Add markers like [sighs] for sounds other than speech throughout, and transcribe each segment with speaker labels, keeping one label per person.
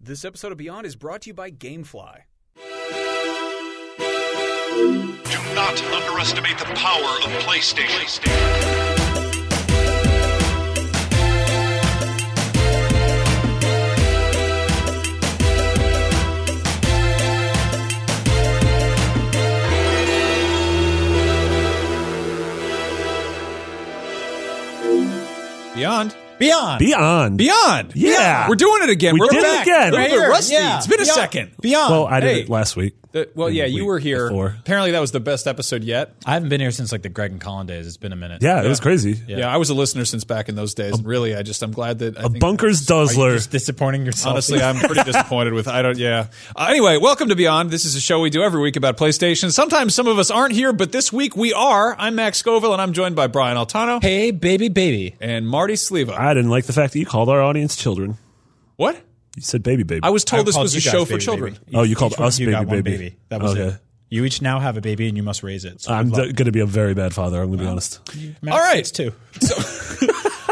Speaker 1: This episode of Beyond is brought to you by Gamefly.
Speaker 2: Do not underestimate the power of PlayStation.
Speaker 3: Beyond.
Speaker 4: Beyond.
Speaker 5: Beyond.
Speaker 3: Beyond.
Speaker 5: Yeah.
Speaker 3: We're doing it again.
Speaker 5: We
Speaker 3: are
Speaker 5: did it
Speaker 3: back.
Speaker 5: again.
Speaker 3: We're
Speaker 5: Right
Speaker 3: here.
Speaker 4: here.
Speaker 3: rusty.
Speaker 4: Yeah.
Speaker 3: It's been a
Speaker 4: Beyond.
Speaker 3: second.
Speaker 4: Beyond.
Speaker 5: Well, I did
Speaker 3: Hey.
Speaker 5: it last week.
Speaker 3: The- well, yeah, you
Speaker 5: Week
Speaker 3: were here.
Speaker 5: before.
Speaker 3: Apparently, that was the best episode yet.
Speaker 4: I haven't been here since like the Greg and Colin days. It's been a minute.
Speaker 5: Yeah, it was crazy.
Speaker 3: Yeah. I was a listener since back in those days. and really, I just I'm glad that I
Speaker 5: A
Speaker 3: think
Speaker 5: bunker's
Speaker 4: You're
Speaker 5: Duzzler.
Speaker 4: just disappointing yourself.
Speaker 3: Honestly, I'm pretty
Speaker 4: [laughs]
Speaker 3: disappointed with I don't. Yeah. Uh, anyway, welcome to Beyond. This is a show we do every week about PlayStation. Sometimes some of us aren't here, but this week we are. I'm Max Scoville, and I'm joined by Brian Altano
Speaker 4: hey, baby, baby.
Speaker 3: and Marty Sleva.
Speaker 5: I didn't like the fact that you called our audience children.
Speaker 3: what?
Speaker 5: You said baby baby.
Speaker 3: I was told this
Speaker 4: called
Speaker 3: was a
Speaker 4: you guys
Speaker 3: show for
Speaker 4: baby,
Speaker 3: children.
Speaker 4: baby.
Speaker 5: Oh, you called
Speaker 4: Each one
Speaker 5: us
Speaker 4: of you
Speaker 5: baby,
Speaker 4: got one
Speaker 5: baby.
Speaker 4: baby. That was
Speaker 5: Okay.
Speaker 4: it. You each now have a baby, and you must raise it. So
Speaker 5: I'm
Speaker 4: good luck.
Speaker 5: d- going to be a very bad father. I'm going to be honest.
Speaker 4: Max
Speaker 3: All right.
Speaker 4: gets two.
Speaker 3: [laughs]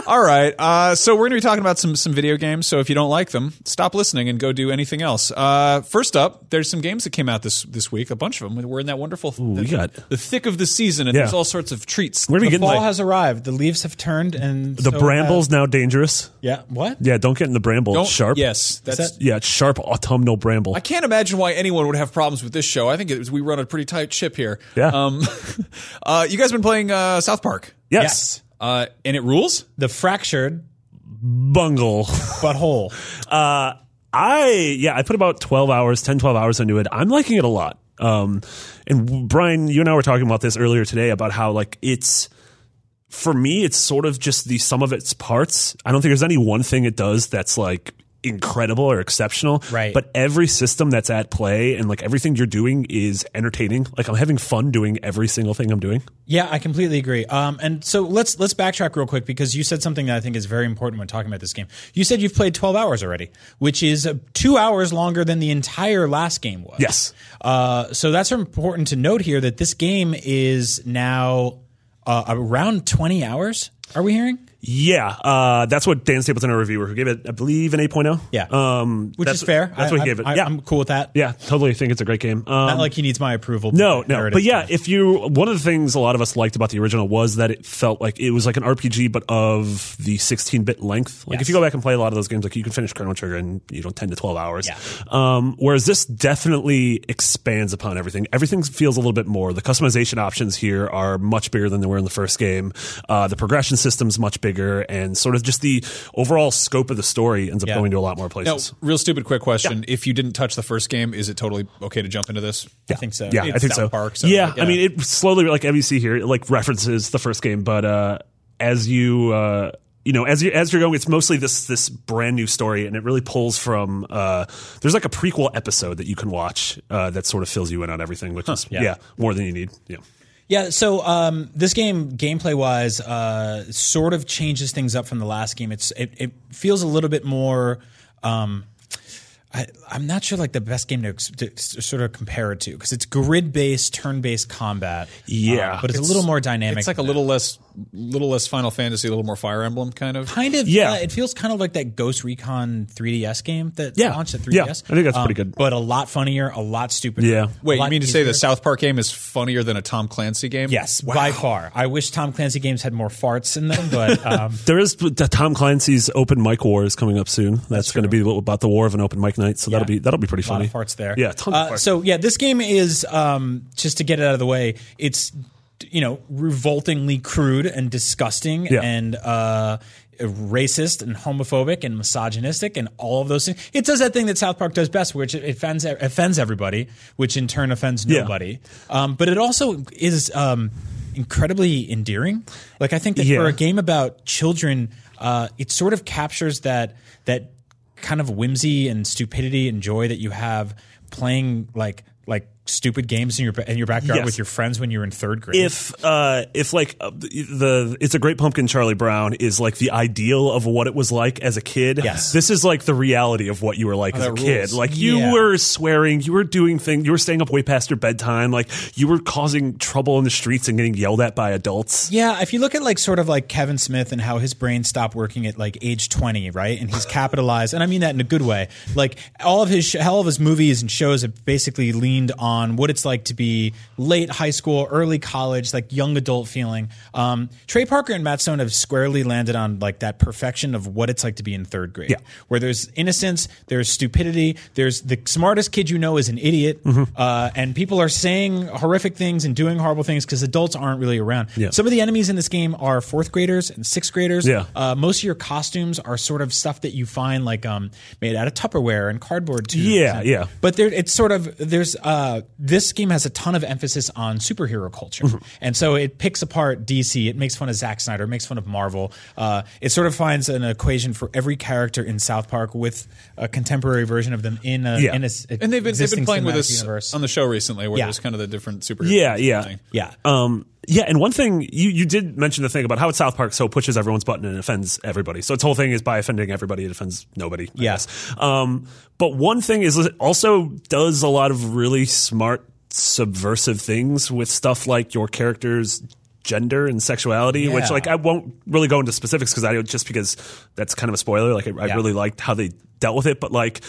Speaker 3: All right. Uh, so we're going to be talking about some some video games. So if you don't like them, stop listening and go do anything else. Uh, first up, there's some games that came out this this week. A bunch of them. We're in that wonderful the,
Speaker 5: we got-
Speaker 3: the thick of the season, and
Speaker 5: Yeah.
Speaker 3: there's all sorts of treats.
Speaker 5: We're going to
Speaker 4: The
Speaker 5: get in
Speaker 4: fall
Speaker 5: the,
Speaker 4: has arrived. The leaves have turned, and
Speaker 5: the
Speaker 4: so
Speaker 5: bramble's
Speaker 4: have-
Speaker 5: now dangerous.
Speaker 4: yeah. What?
Speaker 5: Yeah, don't get in the bramble.
Speaker 3: Don't-
Speaker 5: It's sharp.
Speaker 3: Yes, that's.
Speaker 4: that-
Speaker 5: Yeah, it's sharp autumnal bramble.
Speaker 3: I can't imagine why anyone would have problems with this show. I think it was, we run a pretty tight ship here.
Speaker 5: Yeah.
Speaker 3: Um, [laughs] uh, you guys been playing uh, South Park,
Speaker 5: yes.
Speaker 3: uh, and it rules.
Speaker 4: The fractured
Speaker 5: Bungle. [laughs]
Speaker 4: but whole.
Speaker 5: Uh, I yeah, I put about 12 hours, 10 12 hours into it. I'm liking it a lot. Um and w- Brian, you and I were talking about this earlier today about how like it's for me it's sort of just the sum of its parts. I don't think there's any one thing it does that's like incredible or exceptional.
Speaker 4: Right.
Speaker 5: But every system that's at play and like everything you're doing is entertaining. Like I'm having fun doing every single thing I'm doing.
Speaker 4: Yeah, I completely agree. Um, and so let's let's backtrack real quick because you said something that I think is very important when talking about this game. You said you've played twelve hours already, which is uh, two hours longer than the entire last game was.
Speaker 5: Yes.
Speaker 4: Uh, so that's important to note here that this game is now uh, around twenty hours. Are we hearing?
Speaker 5: Yeah, uh, that's what Dan Stapleton, our reviewer, who gave it, I believe, an 8.0.
Speaker 4: Yeah.
Speaker 5: um,
Speaker 4: Which
Speaker 5: that's-
Speaker 4: is fair.
Speaker 5: That's what he gave it. yeah,
Speaker 4: am cool with that.
Speaker 5: Yeah, totally think it's a great game.
Speaker 4: Not
Speaker 5: Um,
Speaker 4: like he needs my approval.
Speaker 5: no, no,
Speaker 4: Narrative
Speaker 5: but yeah,
Speaker 4: stuff.
Speaker 5: if you one of the things a lot of us liked about the original was that it felt like it was like an RPG, but of the 16-bit length. Like
Speaker 4: Yes.
Speaker 5: if you go back and play a lot of those games, like you can finish Chrono Trigger in you know 10 to 12 hours.
Speaker 4: Yeah.
Speaker 5: Um, whereas this definitely expands upon everything. Everything feels a little bit more. The customization options here are much bigger than they were in the first game. Uh, the progression system's much bigger, and sort of just the overall scope of the story ends up
Speaker 4: Yeah.
Speaker 5: going to a lot more
Speaker 3: Now,
Speaker 5: places.
Speaker 3: real stupid, quick question: If you didn't touch the first game, is it totally okay to jump into this?
Speaker 4: I think so.
Speaker 5: Yeah,
Speaker 3: It's
Speaker 5: I think
Speaker 3: South
Speaker 5: so.
Speaker 3: Park, so,
Speaker 5: yeah,
Speaker 3: like,
Speaker 5: I
Speaker 3: yeah.
Speaker 5: mean, it slowly like MVC here it, like references the first game, but uh, as you uh, you know as you as you're going, it's mostly this this brand new story, and it really pulls from uh, there's like a prequel episode that you can watch uh, that sort of fills you in on everything, which is
Speaker 4: yeah.
Speaker 5: yeah. more than you need. Yeah,
Speaker 4: Yeah, so um, this game, gameplay wise, uh, sort of changes things up from the last game. It's it, it feels a little bit more. Um, I, I'm not sure like the best game to, ex- to s- sort of compare it to because it's grid based, turn based combat.
Speaker 5: Yeah.
Speaker 4: Uh, but it's, a little more dynamic.
Speaker 3: It's like a
Speaker 4: than
Speaker 3: little less, little less Final Fantasy, a little more Fire Emblem kind of.
Speaker 4: that. kind of
Speaker 5: Yeah.
Speaker 4: uh, it feels kind of like that Ghost Recon 3DS game that
Speaker 5: Yeah.
Speaker 4: launched at
Speaker 5: Yeah,
Speaker 4: 3DS.
Speaker 5: I think that's pretty good.
Speaker 4: Um, but a lot funnier, a lot stupider.
Speaker 5: Yeah.
Speaker 3: Wait,
Speaker 4: a lot
Speaker 3: you mean to say
Speaker 4: easier.
Speaker 3: the South Park game is funnier than a Tom Clancy game?
Speaker 4: Yes, by far. I wish Tom Clancy games had more farts in them,
Speaker 5: [laughs]
Speaker 4: but um,
Speaker 5: there is the Tom Clancy's open mic war is coming up soon. That's, going to be about the war of an open mic night, so that'll be that'll be pretty
Speaker 4: lot
Speaker 5: funny.
Speaker 4: of farts there.
Speaker 5: Yeah, a ton
Speaker 4: Uh,
Speaker 5: of farts.
Speaker 4: So yeah, this game is um, just to get it out of the way. It's you know revoltingly crude and disgusting
Speaker 5: Yeah.
Speaker 4: and uh, racist and homophobic and misogynistic and all of those things. It does that thing that South Park does best, which it offends e, offends everybody, which in turn offends
Speaker 5: Yeah.
Speaker 4: nobody. Um, but it also is. Um, incredibly endearing like i think that
Speaker 5: Yeah.
Speaker 4: for a game about children uh, it sort of captures that that kind of whimsy and stupidity and joy that you have playing like like stupid games in your ba- in your backyard
Speaker 5: Yes.
Speaker 4: with your friends when you were in third grade?
Speaker 5: if uh, if like uh, the it's a great pumpkin Charlie Brown is like the ideal of what it was like as a kid.
Speaker 4: Yes.
Speaker 5: this is like the reality of what you were like as a
Speaker 3: that
Speaker 5: kid.
Speaker 3: rules.
Speaker 5: Like you
Speaker 4: Yeah.
Speaker 5: were swearing, you were doing things, you were staying up way past your bedtime. Like you were causing trouble in the streets and getting yelled at by adults.
Speaker 4: Yeah, if you look at like sort of like Kevin Smith and how his brain stopped working at like age 20, right? And he's capitalized, and I mean that in a good way. Like all of his sh- all of his movies and shows have basically leaned on what it's like to be late high school, early college, like young adult feeling. Um, Trey Parker and Matt Stone have squarely landed on like that perfection of what it's like to be in third grade,
Speaker 5: Yeah.
Speaker 4: where there's innocence, there's stupidity, there's the smartest kid you know is an idiot, uh, and people are saying horrific things and doing horrible things because adults aren't really around.
Speaker 5: Yeah.
Speaker 4: Some of the enemies in this game are fourth graders and sixth graders.
Speaker 5: Yeah.
Speaker 4: Uh, most of your costumes are sort of stuff that you find like um, made out of Tupperware and cardboard tubes.
Speaker 5: Yeah,
Speaker 4: And-
Speaker 5: yeah.
Speaker 4: But there, it's sort of there's uh, this game has a ton of emphasis on superhero culture,
Speaker 5: Mm-hmm.
Speaker 4: and so it picks apart DC. It makes fun of Zack Snyder. It makes fun of Marvel. Uh, it sort of finds an equation for every character in South Park with a contemporary version of them in a
Speaker 5: Yeah.
Speaker 4: in a s-
Speaker 3: And they've been, they've been
Speaker 4: existing
Speaker 3: playing with
Speaker 4: cinematic
Speaker 3: us
Speaker 4: universe.
Speaker 3: on the show recently where
Speaker 4: Yeah.
Speaker 3: there's kind of the different superheroes.
Speaker 5: Yeah,
Speaker 3: and
Speaker 5: yeah,
Speaker 3: everything.
Speaker 4: Yeah.
Speaker 5: Um, yeah, and one thing you you did mention the thing about how it's South Park so pushes everyone's button and offends everybody. So its whole thing is by offending everybody, it offends nobody. I
Speaker 4: Yeah.
Speaker 5: guess. Um, but one thing is it also does a lot of really smart subversive things with stuff like your character's gender and sexuality, which
Speaker 4: Yeah.
Speaker 5: like I won't really go into specifics because I just because that's kind of a spoiler. Like I, I
Speaker 4: Yeah.
Speaker 5: really liked how they dealt with it, but like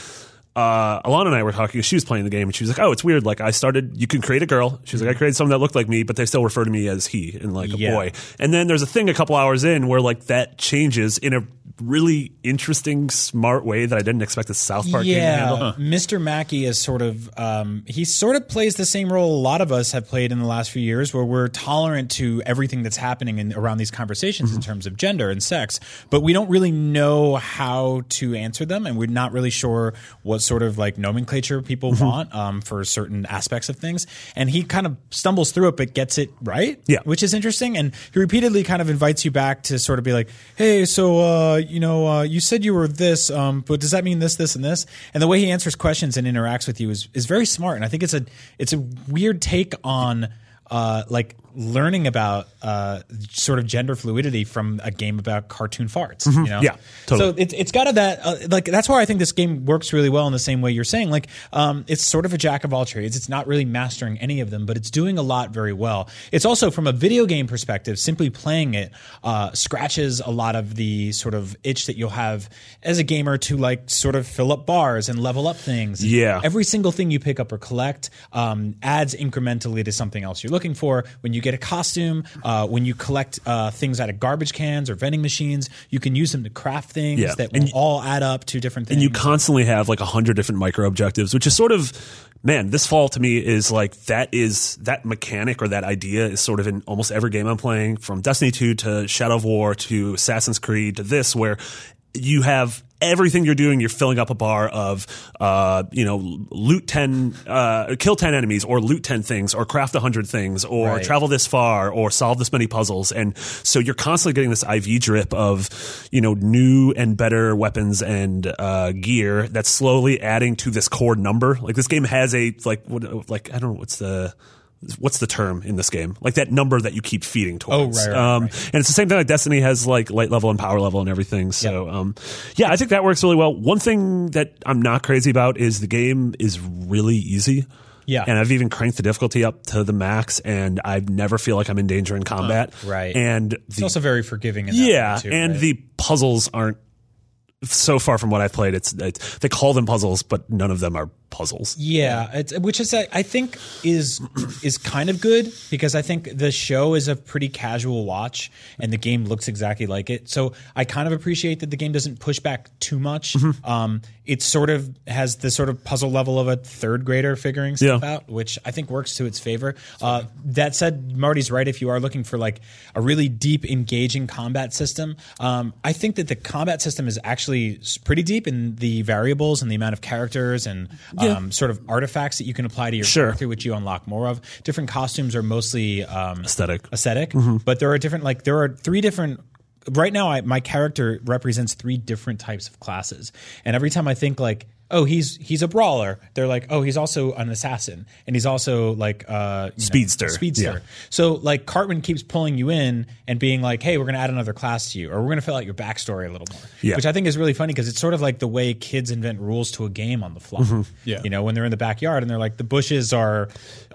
Speaker 5: uh, Alana and I were talking. She was playing the game, and she was like, "Oh, it's weird. Like I started. You can create a girl. She was like, I created someone that looked like me, but they still refer to me as he and like a
Speaker 4: Yeah.
Speaker 5: boy. And then there's a thing a couple hours in where like that changes in a really interesting, smart way that I didn't expect a South Park game to handle.
Speaker 4: yeah, Mr. Mackey is sort of um, he sort of plays the same role a lot of us have played in the last few years, where we're tolerant to everything that's happening in, around these conversations
Speaker 5: Mm-hmm.
Speaker 4: in terms of gender and sex, but we don't really know how to answer them, and we're not really sure what sort of like nomenclature people
Speaker 5: Mm-hmm.
Speaker 4: want um, for certain aspects of things. And he kind of stumbles through it, but gets it right,
Speaker 5: Yeah.
Speaker 4: which is interesting. And he repeatedly kind of invites you back to sort of be like, hey, so, uh, you know, uh, you said you were this, um, but does that mean this, this, and this? And the way he answers questions and interacts with you is, is very smart. And I think it's a, it's a weird take on uh, like learning about uh, sort of gender fluidity from a game about cartoon farts. You know?
Speaker 5: Mm-hmm. Yeah, totally.
Speaker 4: So it's it's got of that uh, like that's why I think this game works really well in the same way you're saying. Like um, it's sort of a jack of all trades. It's not really mastering any of them, but it's doing a lot very well. It's also from a video game perspective, simply playing it uh, scratches a lot of the sort of itch that you'll have as a gamer to like sort of fill up bars and level up things. And
Speaker 5: Yeah.
Speaker 4: every single thing you pick up or collect um, adds incrementally to something else you're looking for. When you get a costume, uh, when you collect uh, things out of garbage cans or vending machines, you can use them to craft things
Speaker 5: Yeah.
Speaker 4: that
Speaker 5: And
Speaker 4: will
Speaker 5: you-
Speaker 4: all add up to different things.
Speaker 5: and you constantly have like a hundred different micro objectives, which is sort of man, this fall to me is like that is that mechanic or that idea is sort of in almost every game I'm playing, from Destiny 2 to Shadow of War to Assassin's Creed to this, where you have everything you're doing you're filling up a bar of uh, you know loot 10 uh, kill 10 enemies or loot 10 things or craft 100 things or
Speaker 4: Right.
Speaker 5: travel this far or solve this many puzzles and so you're constantly getting this iv drip of you know new and better weapons and uh, gear that's slowly adding to this core number like this game has a like what like i don't know what's the What's the term in this game? Like that number that you keep feeding towards.
Speaker 4: Oh, right, right,
Speaker 5: um, And it's the same thing like Destiny has like light level and power level and everything. So, um, yeah, I think that works really well. One thing that I'm not crazy about is the game is really easy.
Speaker 4: Yeah.
Speaker 5: And I've even cranked the difficulty up to the max, and I never feel like I'm in danger in combat.
Speaker 4: Uh, right.
Speaker 5: And
Speaker 4: it's
Speaker 5: the,
Speaker 4: also very forgiving. In that
Speaker 5: yeah,
Speaker 4: way, too,
Speaker 5: and
Speaker 4: right?
Speaker 5: the puzzles aren't so far from what I've played. It's, it's they call them puzzles, but none of them are puzzles.
Speaker 4: Yeah, it's, which is I I think is is kind of good because I think the show is a pretty casual watch and the game looks exactly like it. So I kind of appreciate that the game doesn't push back too much.
Speaker 5: Mm-hmm.
Speaker 4: Um, it sort of has the sort of puzzle level of a third grader figuring stuff
Speaker 5: Yeah.
Speaker 4: out, which I think works to its favor. Uh, that said, Marty's right. If you are looking for like a really deep, engaging combat system, um, I think that the combat system is actually s- pretty deep in the variables and the amount of characters and um, sort of artifacts that you can apply to your
Speaker 5: Sure.
Speaker 4: character, which you unlock more of. Different costumes are mostly um,
Speaker 5: Aesthetic.
Speaker 4: aesthetic,
Speaker 5: Mm-hmm.
Speaker 4: but there are different like there are three different. Right now, I, my character represents three different types of classes, and every time I think like oh, he's he's a brawler. They're like, oh, he's also an assassin, and he's also like uh, you know,
Speaker 5: Speedster.
Speaker 4: speedster.
Speaker 5: Yeah.
Speaker 4: So like Cartman keeps pulling you in and being like, hey, we're gonna add another class to you, or we're gonna fill out your backstory a little more.
Speaker 5: Yeah.
Speaker 4: Which I think is really funny because it's sort of like the way kids invent rules to a game on the fly.
Speaker 5: Mm-hmm.
Speaker 3: Yeah.
Speaker 4: You know, when they're in the backyard and they're like, the bushes are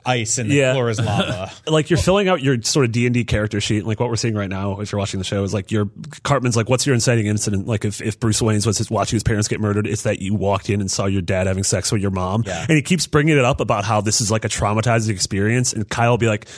Speaker 4: ice and the
Speaker 5: Yeah.
Speaker 4: floor is
Speaker 5: [laughs]
Speaker 4: lava.
Speaker 5: like you're filling out your sort of D and D character sheet. and, Like what we're seeing right now, if you're watching the show, is like your Cartman's like, "What's your inciting incident?" Like if, if Bruce Wayne's was his, watching his parents get murdered, it's that you walked in and saw your dad having sex with your mom,
Speaker 4: Yeah.
Speaker 5: and he keeps bringing it up about how this is like a traumatizing experience. And Kyle will be like,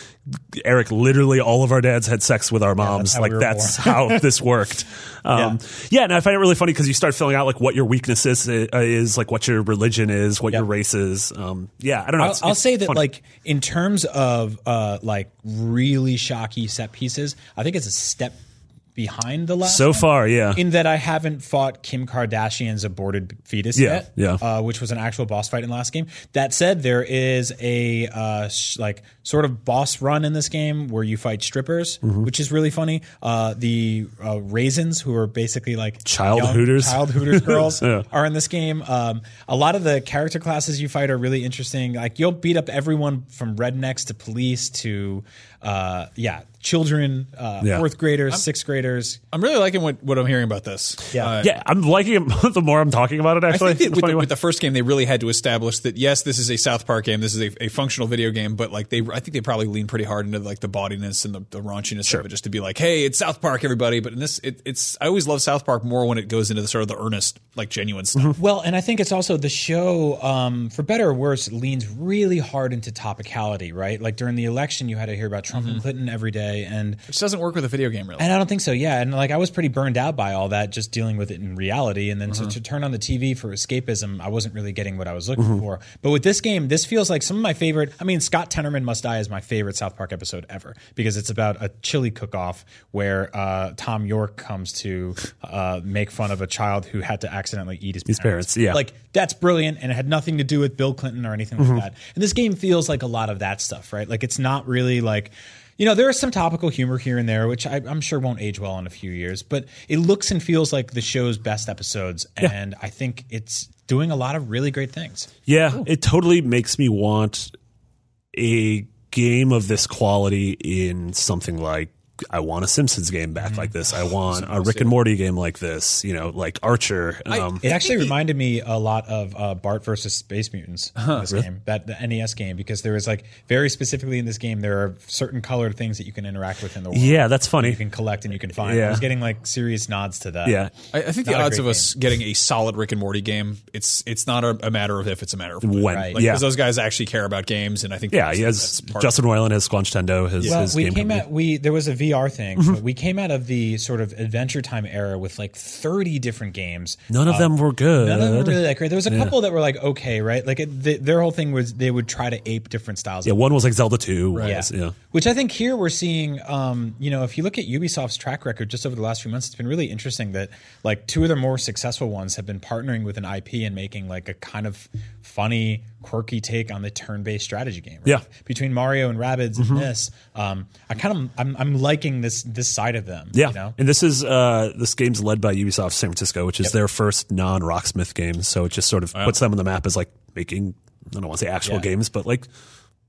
Speaker 5: "Eric, literally all of our dads had sex with our moms.
Speaker 4: how
Speaker 5: like
Speaker 4: we were
Speaker 5: that's
Speaker 4: [laughs]
Speaker 5: how this worked." Um, yeah. and I find it really funny because you start filling out like what your weakness is, uh, is like what your religion is, what your
Speaker 4: Yep.
Speaker 5: race is. Um, yeah, I don't know.
Speaker 4: I'll,
Speaker 5: It's-
Speaker 4: I'll
Speaker 5: it's
Speaker 4: say that,
Speaker 5: funny.
Speaker 4: like in terms of uh, like really shocky set pieces, I think it's a step behind the last.
Speaker 5: so
Speaker 4: one,
Speaker 5: far, yeah.
Speaker 4: in that I haven't fought Kim Kardashian's aborted fetus
Speaker 5: Yeah,
Speaker 4: yet,
Speaker 5: yeah.
Speaker 4: Uh, which was an actual boss fight in the last game. That said, there is a uh, sh- like sort of boss run in this game where you fight strippers,
Speaker 5: Mm-hmm.
Speaker 4: which is really funny. Uh, the uh, raisins, who are basically like
Speaker 5: Child hooters.
Speaker 4: child
Speaker 5: [laughs]
Speaker 4: Hooters girls are in this game. Um, a lot of the character classes you fight are really interesting. Like you'll beat up everyone from rednecks to police to uh, yeah, children, uh,
Speaker 5: Yeah.
Speaker 4: fourth graders, sixth graders.
Speaker 3: I'm really liking what, what I'm hearing about this. Uh,
Speaker 4: Yeah.
Speaker 5: Yeah, I'm liking it [laughs] the more I'm talking about it.
Speaker 3: I
Speaker 5: Actually,
Speaker 3: think that
Speaker 5: It's
Speaker 3: with
Speaker 5: funny
Speaker 3: the,
Speaker 5: why-
Speaker 3: with the first game, they really had to establish that yes, this is a South Park game, this is a, a functional video game, but like they, I think they probably lean pretty hard into like the bawdiness and the, the raunchiness of it, just to be like, hey, it's South Park, everybody. But in this, it, it's I always love South Park more when it goes into the sort of the earnest, like genuine stuff.
Speaker 4: Well, and I think it's also the show, um, for better or worse, leans really hard into topicality, right? Like during the election, you had to hear about Trump and Clinton every day, and
Speaker 3: Which doesn't work with a video game, really.
Speaker 4: And I don't think so. Yeah, and like I was pretty burned out by all that, just dealing with it in reality. And then to, to turn on the TV for escapism, I wasn't really getting what I was looking for. But with this game, this feels like some of my favorite. I mean, Scott Tenorman Must Die is my favorite South Park episode ever because it's about a chili cook-off where uh, Tom York comes to uh, make fun of a child who had to accidentally eat his,
Speaker 5: parents, yeah.
Speaker 4: like that's brilliant, and it had nothing to do with Bill Clinton or anything
Speaker 5: Mm-hmm.
Speaker 4: like that. And this game feels like a lot of that stuff, right? Like it's not really like, you know, there is some topical humor here and there, which I, I'm sure won't age well in a few years, but it looks and feels like the show's best episodes, and I think it's doing a lot of really great things.
Speaker 5: yeah,
Speaker 3: Oh.
Speaker 5: it totally makes me want a game of this quality in something like I want a Simpsons game
Speaker 3: Mm-hmm.
Speaker 5: back like this. I want a Rick and Morty game like this. You know, like Archer. Um,
Speaker 4: It actually reminded me a lot of uh, Bart versus Space Mutants.
Speaker 5: Uh-huh.
Speaker 4: in this game, that the NES game, because there is like very specifically in this game, there are certain colored things that you can interact with in the world.
Speaker 5: yeah, that's
Speaker 4: You
Speaker 5: funny.
Speaker 4: can collect and you can find.
Speaker 5: Yeah.
Speaker 4: I was getting like serious nods to that.
Speaker 5: Yeah,
Speaker 3: I, I think the
Speaker 4: Not a
Speaker 3: odds
Speaker 4: great
Speaker 3: of us getting a solid Rick and Morty game, it's it's not a, a matter of if, it's a matter of when.
Speaker 5: When,
Speaker 3: Like,
Speaker 5: yeah.
Speaker 3: 'cause those guys actually care about games, and I think
Speaker 5: yeah.
Speaker 3: that's-
Speaker 5: He
Speaker 3: that's
Speaker 5: has
Speaker 3: part-
Speaker 5: Justin Roiland has Squanch Tendo. His,
Speaker 4: Well,
Speaker 5: his
Speaker 4: we
Speaker 5: game Mm-hmm.
Speaker 4: came
Speaker 5: company.
Speaker 4: out. We there was a VR thing. But we came out of the sort of Adventure Time era with like thirty different games.
Speaker 5: None
Speaker 3: Uh,
Speaker 5: of them were good.
Speaker 4: None of them were really that great. There was a couple that were like okay, right? Like it, th- their whole thing was they would try to ape different styles.
Speaker 5: yeah,
Speaker 4: of
Speaker 5: one was like Zelda Two. one
Speaker 4: yeah.
Speaker 5: was- yeah.
Speaker 4: Which I think here we're seeing, um, you know, if you look at Ubisoft's track record just over the last few months, it's been really interesting that like two of their more successful ones have been partnering with an IP and making like a kind of funny, quirky take on the turn-based strategy game. right?
Speaker 5: Yeah. Mm-hmm.
Speaker 4: Between Mario and Rabbids and this, um, I kind of I'm, I'm liking this this side of them.
Speaker 5: Yeah,
Speaker 4: You know?
Speaker 5: and this is uh, this game's led by Ubisoft San Francisco, which is their first non-Rocksmith game. So it just sort of puts them on the map as like making I don't want to say actual
Speaker 4: Yeah.
Speaker 5: games, but like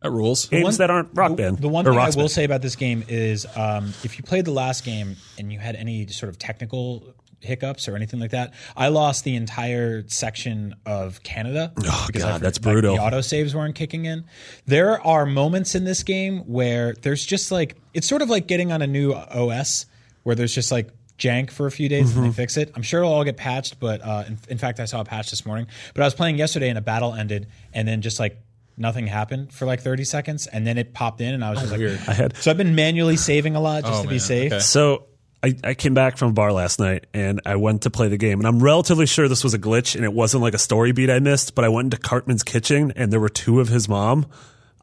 Speaker 3: that rules.
Speaker 5: games
Speaker 4: one-
Speaker 5: that aren't Rock Band.
Speaker 4: The one
Speaker 5: or
Speaker 4: thing I
Speaker 5: Rocksmith.
Speaker 4: will say about this game is um, if you played the last game and you had any sort of technical hiccups or anything like that, I lost the entire section of Canada.
Speaker 5: Oh,
Speaker 4: because
Speaker 5: God,
Speaker 4: forgot-
Speaker 5: that's
Speaker 4: like,
Speaker 5: brutal.
Speaker 4: the auto saves weren't kicking in. There are moments in this game where there's just like it's sort of like getting on a new OS where there's just like jank for a few days and
Speaker 3: Mm-hmm.
Speaker 4: they fix it. I'm sure it'll all get patched, but uh, in, in fact, I saw a patch this morning. But I was playing yesterday and a battle ended, and then just like nothing happened for like 30 seconds, and then it popped in, and I was just like, I
Speaker 5: had-
Speaker 4: so I've been manually saving a lot just
Speaker 3: Oh,
Speaker 4: to be
Speaker 3: man,
Speaker 4: safe.
Speaker 3: okay.
Speaker 5: So I, I came back from a bar last night and I went to play the game. And I'm relatively sure this was a glitch and it wasn't like a story beat I missed, but I went into Cartman's kitchen and there were two of his mom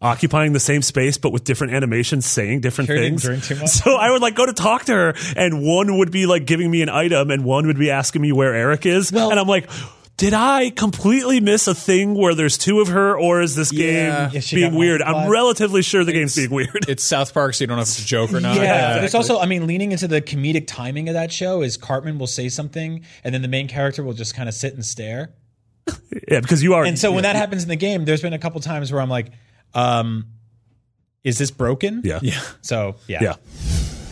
Speaker 5: occupying the same space but with different animations saying different
Speaker 4: Sure didn't
Speaker 5: things.
Speaker 4: drink too
Speaker 5: [laughs]
Speaker 4: much.
Speaker 5: So I would like go to talk to her and one would be like giving me an item and one would be asking me where Eric is.
Speaker 4: Well-
Speaker 5: and I'm like did I completely miss a thing where there's two of her, or is this
Speaker 3: Yeah.
Speaker 5: game
Speaker 4: Yeah, she
Speaker 5: being
Speaker 4: got
Speaker 5: weird? I'm
Speaker 4: multiplied.
Speaker 5: relatively sure the game's being weird. [laughs]
Speaker 3: It's South Park, so you don't know if it's a joke or not.
Speaker 4: Yeah, but it's also, I mean, leaning into the comedic timing of that show is Cartman will say something, and then the main character will just kind of sit and stare.
Speaker 5: yeah, because you are.
Speaker 4: And so when that happens in the game, there's been a couple times where I'm like, um, is this broken?
Speaker 5: yeah, yeah,
Speaker 4: So yeah.
Speaker 5: yeah.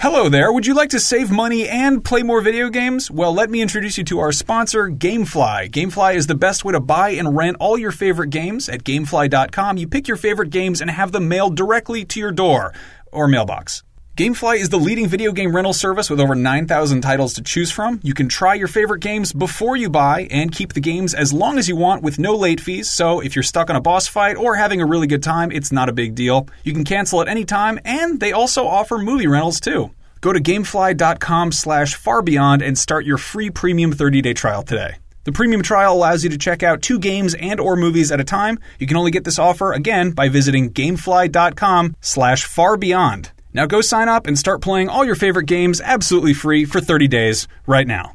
Speaker 1: Hello there. Would you like to save money and play more video games? Well, let me introduce you to our sponsor, Gamefly. Gamefly is the best way to buy and rent all your favorite games. At gamefly.com, you pick your favorite games and have them mailed directly to your door or mailbox. Gamefly is the leading video game rental service with over 9,000 titles to choose from. You can try your favorite games before you buy and keep the games as long as you want with no late fees. So, if you're stuck on a boss fight or having a really good time, it's not a big deal. You can cancel at any time, and they also offer movie rentals too. Go to gamefly.com slash farbeyond and start your free premium 30-day trial today. The premium trial allows you to check out two games and or movies at a time. You can only get this offer again by visiting gamefly.com slash farbeyond. Now go sign up and start playing all your favorite games absolutely free for 30 days right now.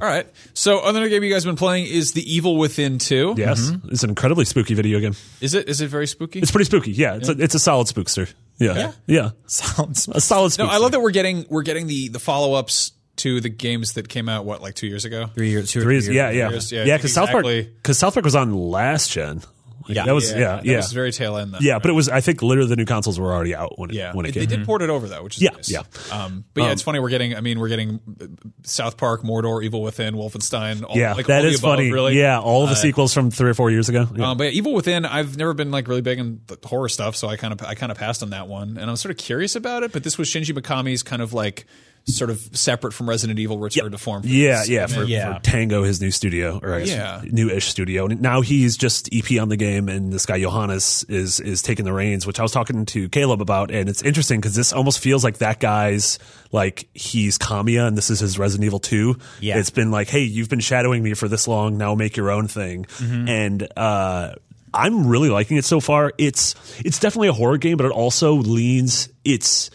Speaker 3: All right. So another game you guys have been playing is The Evil Within 2.
Speaker 5: Yes, Mm-hmm. it's an incredibly spooky video game.
Speaker 3: Is it is it very spooky?
Speaker 5: It's pretty spooky. Yeah, it's a, it's a solid spookster. Yeah, yeah,
Speaker 3: [laughs]
Speaker 4: Sounds-
Speaker 5: a solid. Spookster.
Speaker 3: no, I love that we're getting we're getting the the follow-ups to the games that came out what like 2 years ago.
Speaker 4: three years. Two or
Speaker 5: Three years, yeah, yeah,
Speaker 3: years, yeah,
Speaker 5: yeah.
Speaker 3: I think
Speaker 5: Because South Park,
Speaker 3: exactly.
Speaker 5: because South Park was on last gen. Like,
Speaker 4: Yeah.
Speaker 5: that was yeah, yeah,
Speaker 3: that
Speaker 5: yeah.
Speaker 3: was very tail end though.
Speaker 5: but it was. I think literally the new consoles were already out when it,
Speaker 3: Yeah,
Speaker 5: when it
Speaker 3: they
Speaker 5: came.
Speaker 3: did port it over though, which is
Speaker 5: Yeah,
Speaker 3: nice.
Speaker 5: yeah.
Speaker 3: Um, but yeah, it's funny we're getting. I mean, we're getting uh, South Park, Mordor, Evil Within, Wolfenstein. All,
Speaker 5: yeah,
Speaker 3: like, all
Speaker 5: that
Speaker 3: the
Speaker 5: is
Speaker 3: above,
Speaker 5: funny.
Speaker 3: Really, Uh,
Speaker 5: Yeah, all the sequels from three or four years ago. Yeah.
Speaker 3: Um, but yeah, Evil Within, I've never been like really big in the horror stuff, so I kind of I kind of passed on that one, and I'm sort of curious about it. But this was Shinji Mikami's kind of like sort of separate from Resident Evil return to form. for
Speaker 5: Yeah,
Speaker 3: this.
Speaker 5: yeah,
Speaker 3: And
Speaker 5: for,
Speaker 3: then-
Speaker 4: Yeah.
Speaker 5: for Tango, his new studio, or I guess
Speaker 3: Yeah.
Speaker 5: new-ish studio. And now he's just EP on the game, and this guy Johannes is is taking the reins, which I was talking to Caleb about, and it's interesting because this almost feels like that guy's like he's Kamiya, and this is his Resident Evil Two.
Speaker 4: Yeah.
Speaker 5: it's been like, hey, you've been shadowing me for this long, now make your own thing, and. uh I'm really liking it so far. It's it's definitely a horror game, but it also leans it's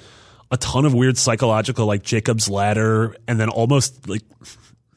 Speaker 5: a ton of weird psychological like Jacob's Ladder and then almost like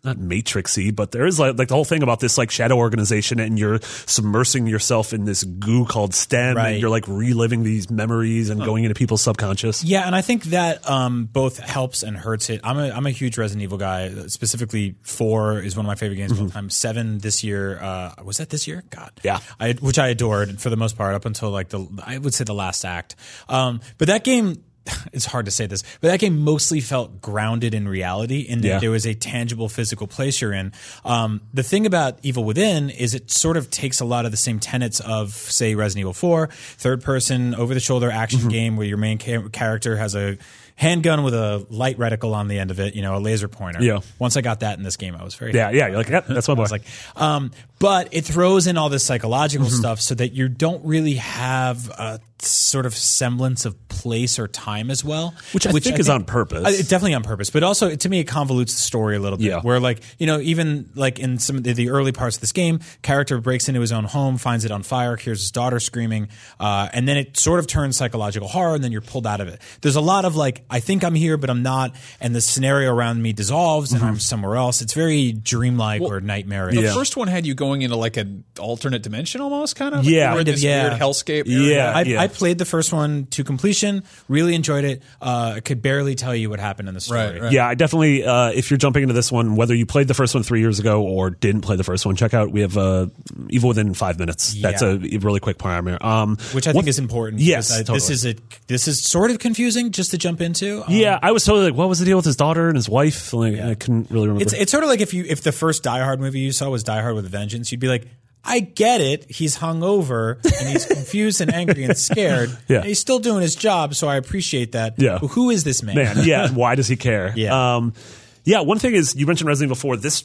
Speaker 5: not matrixy, but there is like, like the whole thing about this like shadow organization and you're submersing yourself in this goo called STEM
Speaker 4: Right. Oh.
Speaker 5: and you're like reliving these memories and going into people's subconscious.
Speaker 4: Yeah, and I think that um, both helps and hurts it. I'm a I'm a huge Resident Evil guy. Specifically, four is one of my favorite games of all time. Seven this year uh, was that this year? God,
Speaker 5: Yeah.
Speaker 4: I, which I adored for the most part up until like the I would say the last act. Um, but that game. [sighs] It's hard to say this, but that game mostly felt grounded in reality, in that
Speaker 5: Yeah.
Speaker 4: there was a tangible physical place you're in. Um, the thing about Evil Within is it sort of takes a lot of the same tenets of, say, Resident Evil 4, third person, over the shoulder action
Speaker 5: Mm-hmm.
Speaker 4: game where your main ca- character has a handgun with a light reticle on the end of it, you know, a laser pointer.
Speaker 5: Yeah.
Speaker 4: Once I got that in this game, I was very
Speaker 5: Yeah, yeah. You're like, yeah, that's my boy. Mm-hmm.
Speaker 4: I was like, um, but it throws in all this psychological stuff so that you don't really have a sort of semblance of place or time as well,
Speaker 5: Which I think is on purpose.
Speaker 4: Uh, It's definitely on purpose, but also to me it convolutes the story a little bit.
Speaker 5: Yeah.
Speaker 4: Where like you know even like in some of the, the early parts of this game, character breaks into his own home, finds it on fire, hears his daughter screaming, uh, and then it sort of turns psychological horror, and then you're pulled out of it. There's a lot of like I think I'm here, but I'm not, and the scenario around me dissolves, and
Speaker 5: Mm-hmm.
Speaker 4: I'm somewhere else. It's very dreamlike or nightmarish.
Speaker 3: The first one had you going into like an alternate dimension almost, kind of.
Speaker 5: Yeah.
Speaker 3: like, you were in this
Speaker 4: Yeah.
Speaker 3: weird hellscape. area.
Speaker 5: Yeah.
Speaker 4: I, I played the first one to completion, really enjoyed it. Uh, I could barely tell you what happened in the story.
Speaker 3: Right, right.
Speaker 5: Yeah, I definitely. Uh, if you're jumping into this one, whether you played the first one three years ago or didn't play the first one, check out we have uh, Evil Within five minutes. That's
Speaker 4: Yeah.
Speaker 5: a really quick primer. Um,
Speaker 4: Which I
Speaker 5: one-
Speaker 4: think is important.
Speaker 5: Yes,
Speaker 4: because I- this
Speaker 5: totally.
Speaker 4: is a this is sort of confusing just to jump into. Um,
Speaker 5: Yeah, I was totally like, what was the deal with his daughter and his wife? Like, I couldn't really remember.
Speaker 4: it's it's sort of like if you if the first Die Hard movie you saw was Die Hard with a Vengeance, you'd be like, I get it. He's hungover and
Speaker 5: [laughs]
Speaker 4: he's confused and angry and scared.
Speaker 5: Yeah.
Speaker 4: and he's still doing his job, so I appreciate that.
Speaker 5: Yeah.
Speaker 4: but who is this man?
Speaker 5: man.
Speaker 4: [laughs]
Speaker 5: Yeah, why does he care?
Speaker 4: Yeah.
Speaker 5: Um, yeah, one thing is you mentioned Resident Evil 4. This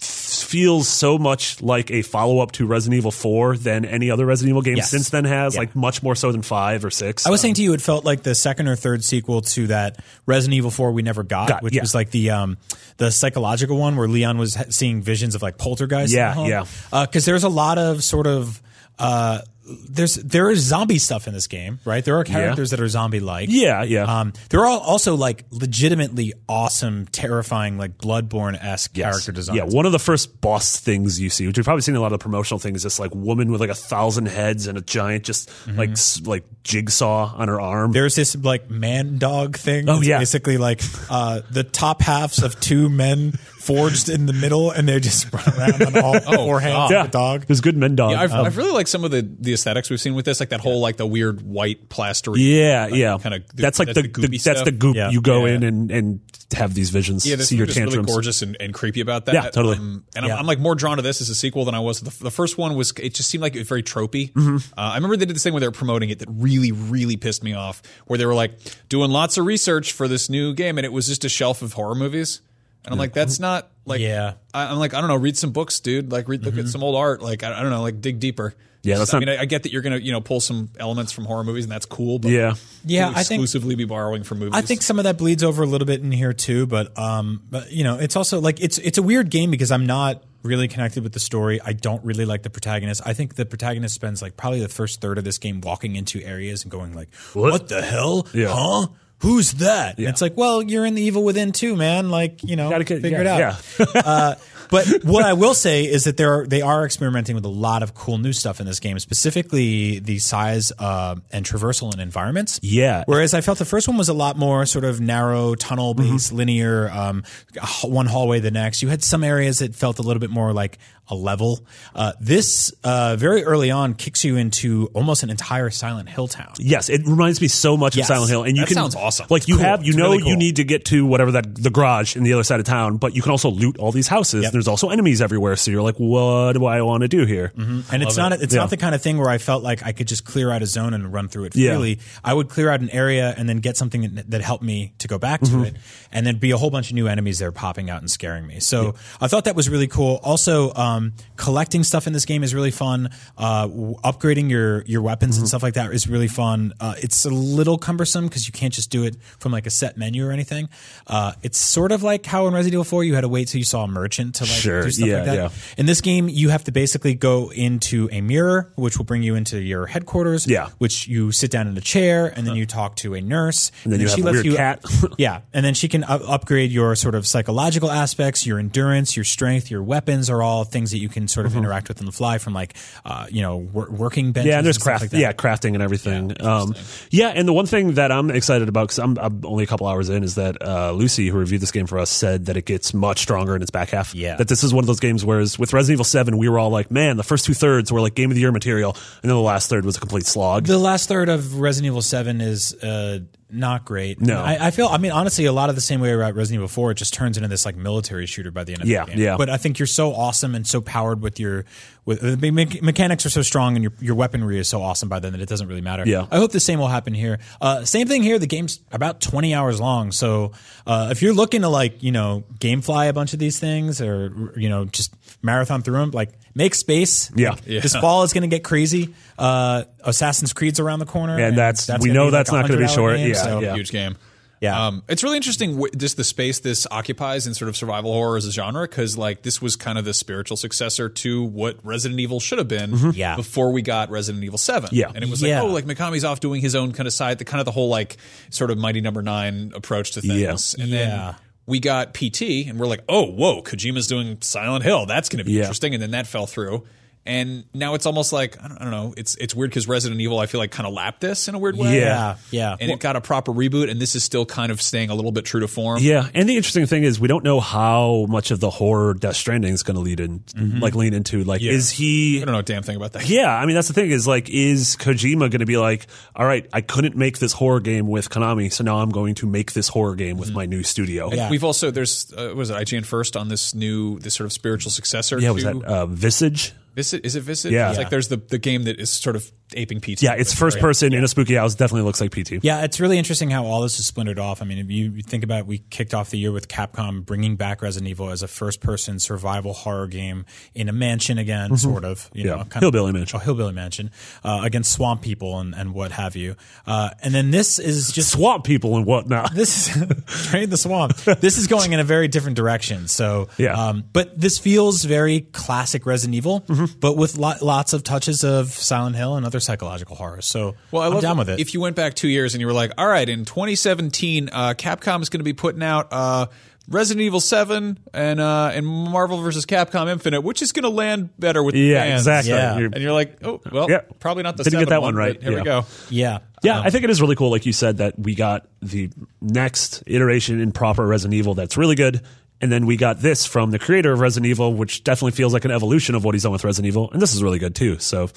Speaker 5: f- feels so much like a follow up to Resident Evil 4 than any other Resident Evil game
Speaker 4: Yes.
Speaker 5: since then has,
Speaker 4: Yeah.
Speaker 5: like much more so than 5 or 6.
Speaker 4: I was saying to you, it felt like the second or third sequel to that Resident Evil Four we never got,
Speaker 5: Got,
Speaker 4: which
Speaker 5: yeah.
Speaker 4: was like the um, the psychological one where Leon was ha- seeing visions of like poltergeists. in
Speaker 5: Yeah,
Speaker 4: the home.
Speaker 5: yeah.
Speaker 4: Because there's a lot of sort of uh, there's there is zombie stuff in this game, right? There are characters that are zombie like.
Speaker 5: yeah, yeah.
Speaker 4: Um, they're all also like legitimately awesome, terrifying, like Bloodborne esque character designs.
Speaker 5: Yeah, one of the first boss things you see, which you've probably seen in a lot of promotional things, is this like woman with like a thousand heads and a giant just
Speaker 4: Mm-hmm.
Speaker 5: like s- like jigsaw on her arm.
Speaker 4: there's this like man dog thing.
Speaker 5: Oh,
Speaker 4: It's
Speaker 5: yeah.
Speaker 4: basically like uh, the top halves of two men [laughs] forged in the middle, and they just run around on
Speaker 5: [laughs]
Speaker 4: all four hands
Speaker 5: Oh, yeah,
Speaker 4: of a dog.
Speaker 5: There's good men dog.
Speaker 3: Yeah, I've,
Speaker 5: Um,
Speaker 3: I've really liked some of the, the aesthetics we've seen with this, like that whole like the weird white plastery.
Speaker 5: yeah, yeah.
Speaker 3: kinda the-
Speaker 5: that's like
Speaker 3: that's
Speaker 5: the,
Speaker 3: the
Speaker 5: the-
Speaker 3: goopy
Speaker 5: that's
Speaker 3: stuff.
Speaker 5: the goop.
Speaker 4: Yeah.
Speaker 5: You go
Speaker 3: Yeah.
Speaker 5: in and and have these visions.
Speaker 3: Yeah, this
Speaker 5: see your
Speaker 3: movie's
Speaker 5: tantrums.
Speaker 3: really gorgeous and, and creepy about that. Um,
Speaker 5: Yeah, totally.
Speaker 3: and I'm, I'm like more drawn to this as a sequel than I was. to The, the first one was it just seemed like it was very tropey.
Speaker 5: Mm-hmm.
Speaker 3: Uh, I remember they did this thing where they were promoting it that really, really pissed me off, where they were like doing lots of research for this new game, and it was just a shelf of horror movies. And I'm like,
Speaker 5: Mm-hmm.
Speaker 3: that's not like
Speaker 6: Yeah.
Speaker 3: I, I'm like, I don't know, read some books, dude. Like, read, look at some old art. Like, I, I don't know, like dig deeper.
Speaker 5: Mm-hmm. Yeah, that's
Speaker 3: I
Speaker 5: not-
Speaker 3: mean, I, I get that you're gonna you know pull some elements from horror movies, and that's cool. But
Speaker 5: Yeah.
Speaker 6: Yeah,
Speaker 3: to
Speaker 6: I think-
Speaker 3: exclusively be borrowing from movies.
Speaker 4: I
Speaker 6: I think some of that bleeds over a little bit in here too, but um, but you know, it's also like it's it's a weird game because I'm not really connected with the story. I don't really like the protagonist. I think the protagonist spends like probably the first third of this game walking into areas and going like, "What, the hell?
Speaker 5: Yeah.
Speaker 4: Huh? Who's that?" And it's like, well, you're in the Evil Within too, man. Like you know,
Speaker 5: Gotta get-
Speaker 4: figure
Speaker 5: yeah,
Speaker 4: it out.
Speaker 5: yeah.
Speaker 6: [laughs] Uh,
Speaker 4: But what I will say is that there are, they are experimenting with a lot of cool new stuff in this game, specifically the size uh, and traversal and environments.
Speaker 5: Yeah.
Speaker 4: Whereas I felt the first one was a lot more sort of narrow, tunnel based, linear, um, h- one hallway the next. You had some areas that felt a little bit more like a level. Uh, this uh, very early on kicks you into almost an entire Silent Hill town.
Speaker 5: Yes, it reminds me so much
Speaker 4: Yes.
Speaker 5: of Silent Hill, and you
Speaker 3: That
Speaker 5: can
Speaker 3: sounds awesome.
Speaker 5: Like you
Speaker 4: It's cool.
Speaker 5: have, you
Speaker 4: It's
Speaker 5: know,
Speaker 4: really
Speaker 5: you
Speaker 4: cool.
Speaker 5: need to get to whatever that the garage in the other side of town, but you can also loot all these houses.
Speaker 4: Yep.
Speaker 5: There's also enemies everywhere, so you're like, what do I want to do here?
Speaker 3: Mm-hmm.
Speaker 4: and it's not it's
Speaker 5: Yeah.
Speaker 4: not the kind of thing where I felt like I could just clear out a zone and run through it
Speaker 5: Yeah.
Speaker 4: freely. I would clear out an area and then get something that, that helped me to go back
Speaker 5: Mm-hmm.
Speaker 4: to it, and there'd be a whole bunch of new enemies there popping out and scaring me. So I thought that was really cool. Also, um, collecting stuff in this game is really fun. Uh, w- upgrading your your weapons
Speaker 5: Mm-hmm.
Speaker 4: and stuff like that is really fun. Uh, it's a little cumbersome because you can't just do it from like a set menu or anything. Uh, it's sort of like how in Resident Evil Four you had to wait till you saw a merchant to like
Speaker 5: Sure.
Speaker 4: do stuff
Speaker 5: Yeah,
Speaker 4: like that.
Speaker 5: yeah.
Speaker 4: In this game, you have to basically go into a mirror, which will bring you into your headquarters.
Speaker 5: Yeah.
Speaker 4: Which you sit down in a chair, and then you talk to a nurse,
Speaker 5: And then you have a weird cat. [laughs]
Speaker 4: yeah, and then she can up- upgrade your sort of psychological aspects, your endurance, your strength, your weapons are all things that you can sort of interact with on the fly from like, uh, you know, wor- working benches.
Speaker 5: Mm-hmm. Yeah, and there's
Speaker 4: stuff
Speaker 5: craft,
Speaker 4: like that.
Speaker 5: yeah, crafting and everything. Yeah, um, yeah, and the one thing that I'm excited about because I'm, I'm only a couple hours in is that uh, Lucy, who reviewed this game for us, said that it gets much stronger in its back half.
Speaker 4: Yeah.
Speaker 5: that this is one of those games whereas with Resident Evil Seven, we were all like, man, the first two thirds were like game of the year material, and then the last third was a complete slog.
Speaker 4: The last third of Resident Evil Seven is uh, not great.
Speaker 5: No.
Speaker 4: I, I feel. I mean, honestly, a lot of the same way about Resident Evil Four. It just turns into this like military shooter by the end of
Speaker 5: Yeah,
Speaker 4: the game.
Speaker 5: yeah.
Speaker 4: But I think you're so awesome and so powered with your with the me- me- mechanics are so strong and your your weaponry is so awesome by then that it doesn't really matter.
Speaker 5: Yeah.
Speaker 4: I hope the same will happen here. Uh, same thing here. The game's about 20 hours long, so uh, if you're looking to like you know gamefly a bunch of these things or you know just marathon through them, like make space.
Speaker 5: Yeah.
Speaker 4: Like,
Speaker 5: Yeah.
Speaker 4: This fall is going to get crazy. Uh, Assassin's Creed's around the corner
Speaker 5: And that's- we
Speaker 4: gonna
Speaker 5: know
Speaker 4: be
Speaker 5: that's
Speaker 4: a
Speaker 5: not gonna be
Speaker 4: 100
Speaker 5: short.
Speaker 4: hour game,
Speaker 5: Yeah,
Speaker 4: so-
Speaker 5: yeah.
Speaker 3: huge game.
Speaker 4: Yeah.
Speaker 3: um, it's really interesting wh- just the space this occupies in sort of survival horror as a genre because like this was kind of the spiritual successor to what Resident Evil should have been
Speaker 4: Mm-hmm. Yeah.
Speaker 3: before we got Resident Evil Seven.
Speaker 5: Yeah.
Speaker 3: and it was
Speaker 4: Yeah.
Speaker 3: like oh like Mikami's off doing his own kind of side the kind of the whole like sort of Mighty Number Nine approach to things. And
Speaker 4: Yeah.
Speaker 3: then we got PT and we're like oh whoa Kojima's doing Silent Hill that's going to be
Speaker 5: Yeah.
Speaker 3: interesting and then that fell through. And now it's almost like I don't, I don't know. It's it's weird because Resident Evil I feel like kind of lapped this in a weird way.
Speaker 4: Yeah, yeah.
Speaker 3: And it got a proper reboot, and this is still kind of staying a little bit true to form.
Speaker 5: Yeah, and the interesting thing is we don't know how much of the horror Death Stranding is going to lead in,
Speaker 4: Mm-hmm.
Speaker 5: like lean into. Like, is
Speaker 3: I
Speaker 5: he?
Speaker 3: don't know a damn thing about that.
Speaker 5: Yeah, I mean that's the thing is like, is Kojima going to be like, all right, I couldn't make this horror game with Konami, so now I'm going to make this horror game with my new studio.
Speaker 4: Yeah.
Speaker 3: We've also there's uh, was it IGN first on this new this sort of spiritual successor.
Speaker 5: yeah,
Speaker 3: to
Speaker 5: was that uh, Visage?
Speaker 3: Visit? Is it Visit?
Speaker 5: Yeah.
Speaker 3: it's
Speaker 5: Yeah.
Speaker 3: like there's the the game that is sort of aping PT.
Speaker 5: Yeah, it's first person in a spooky house. Definitely looks like PT.
Speaker 4: Yeah, it's really interesting how all this is splintered off. I mean, if you you think about it, we kicked off the year with Capcom bringing back Resident Evil as a first-person survival horror game in a mansion again, sort of. You know,
Speaker 5: Mm-hmm. Yeah.
Speaker 4: kind
Speaker 5: Hillbilly
Speaker 4: of,
Speaker 5: mansion.
Speaker 4: A hillbilly mansion uh, against swamp people and, and what have you. Uh, and then this is just
Speaker 5: Swamp people and whatnot.
Speaker 4: this is [laughs] drain the swamp. This is going in a very different direction. So,
Speaker 5: Yeah.
Speaker 4: Um, but this feels very classic Resident Evil,
Speaker 3: Mm-hmm.
Speaker 4: but with lo- lots of touches of Silent Hill and other psychological horrors. So,
Speaker 3: Well, I
Speaker 4: I'm
Speaker 3: love
Speaker 4: down with it.
Speaker 3: If you went back two years and you were like, all right, in 2017, uh, Capcom is going to be putting out. Uh, Resident Evil Seven and uh, and Marvel vs. Capcom Infinite, which is going to land better with the
Speaker 5: Yeah,
Speaker 3: fans.
Speaker 5: exactly.
Speaker 4: Yeah.
Speaker 5: You're-
Speaker 3: And you're like, oh well,
Speaker 5: Yeah.
Speaker 3: probably not the
Speaker 5: Didn't get
Speaker 3: seven
Speaker 5: that one right.
Speaker 3: but Here
Speaker 5: Yeah.
Speaker 3: we go.
Speaker 4: yeah,
Speaker 5: Yeah, I think it is really cool, like you said, that we got the next iteration in proper Resident Evil that's really good. And then we got this from the creator of Resident Evil, which definitely feels like an evolution of what he's done with Resident Evil. And this is really good too. So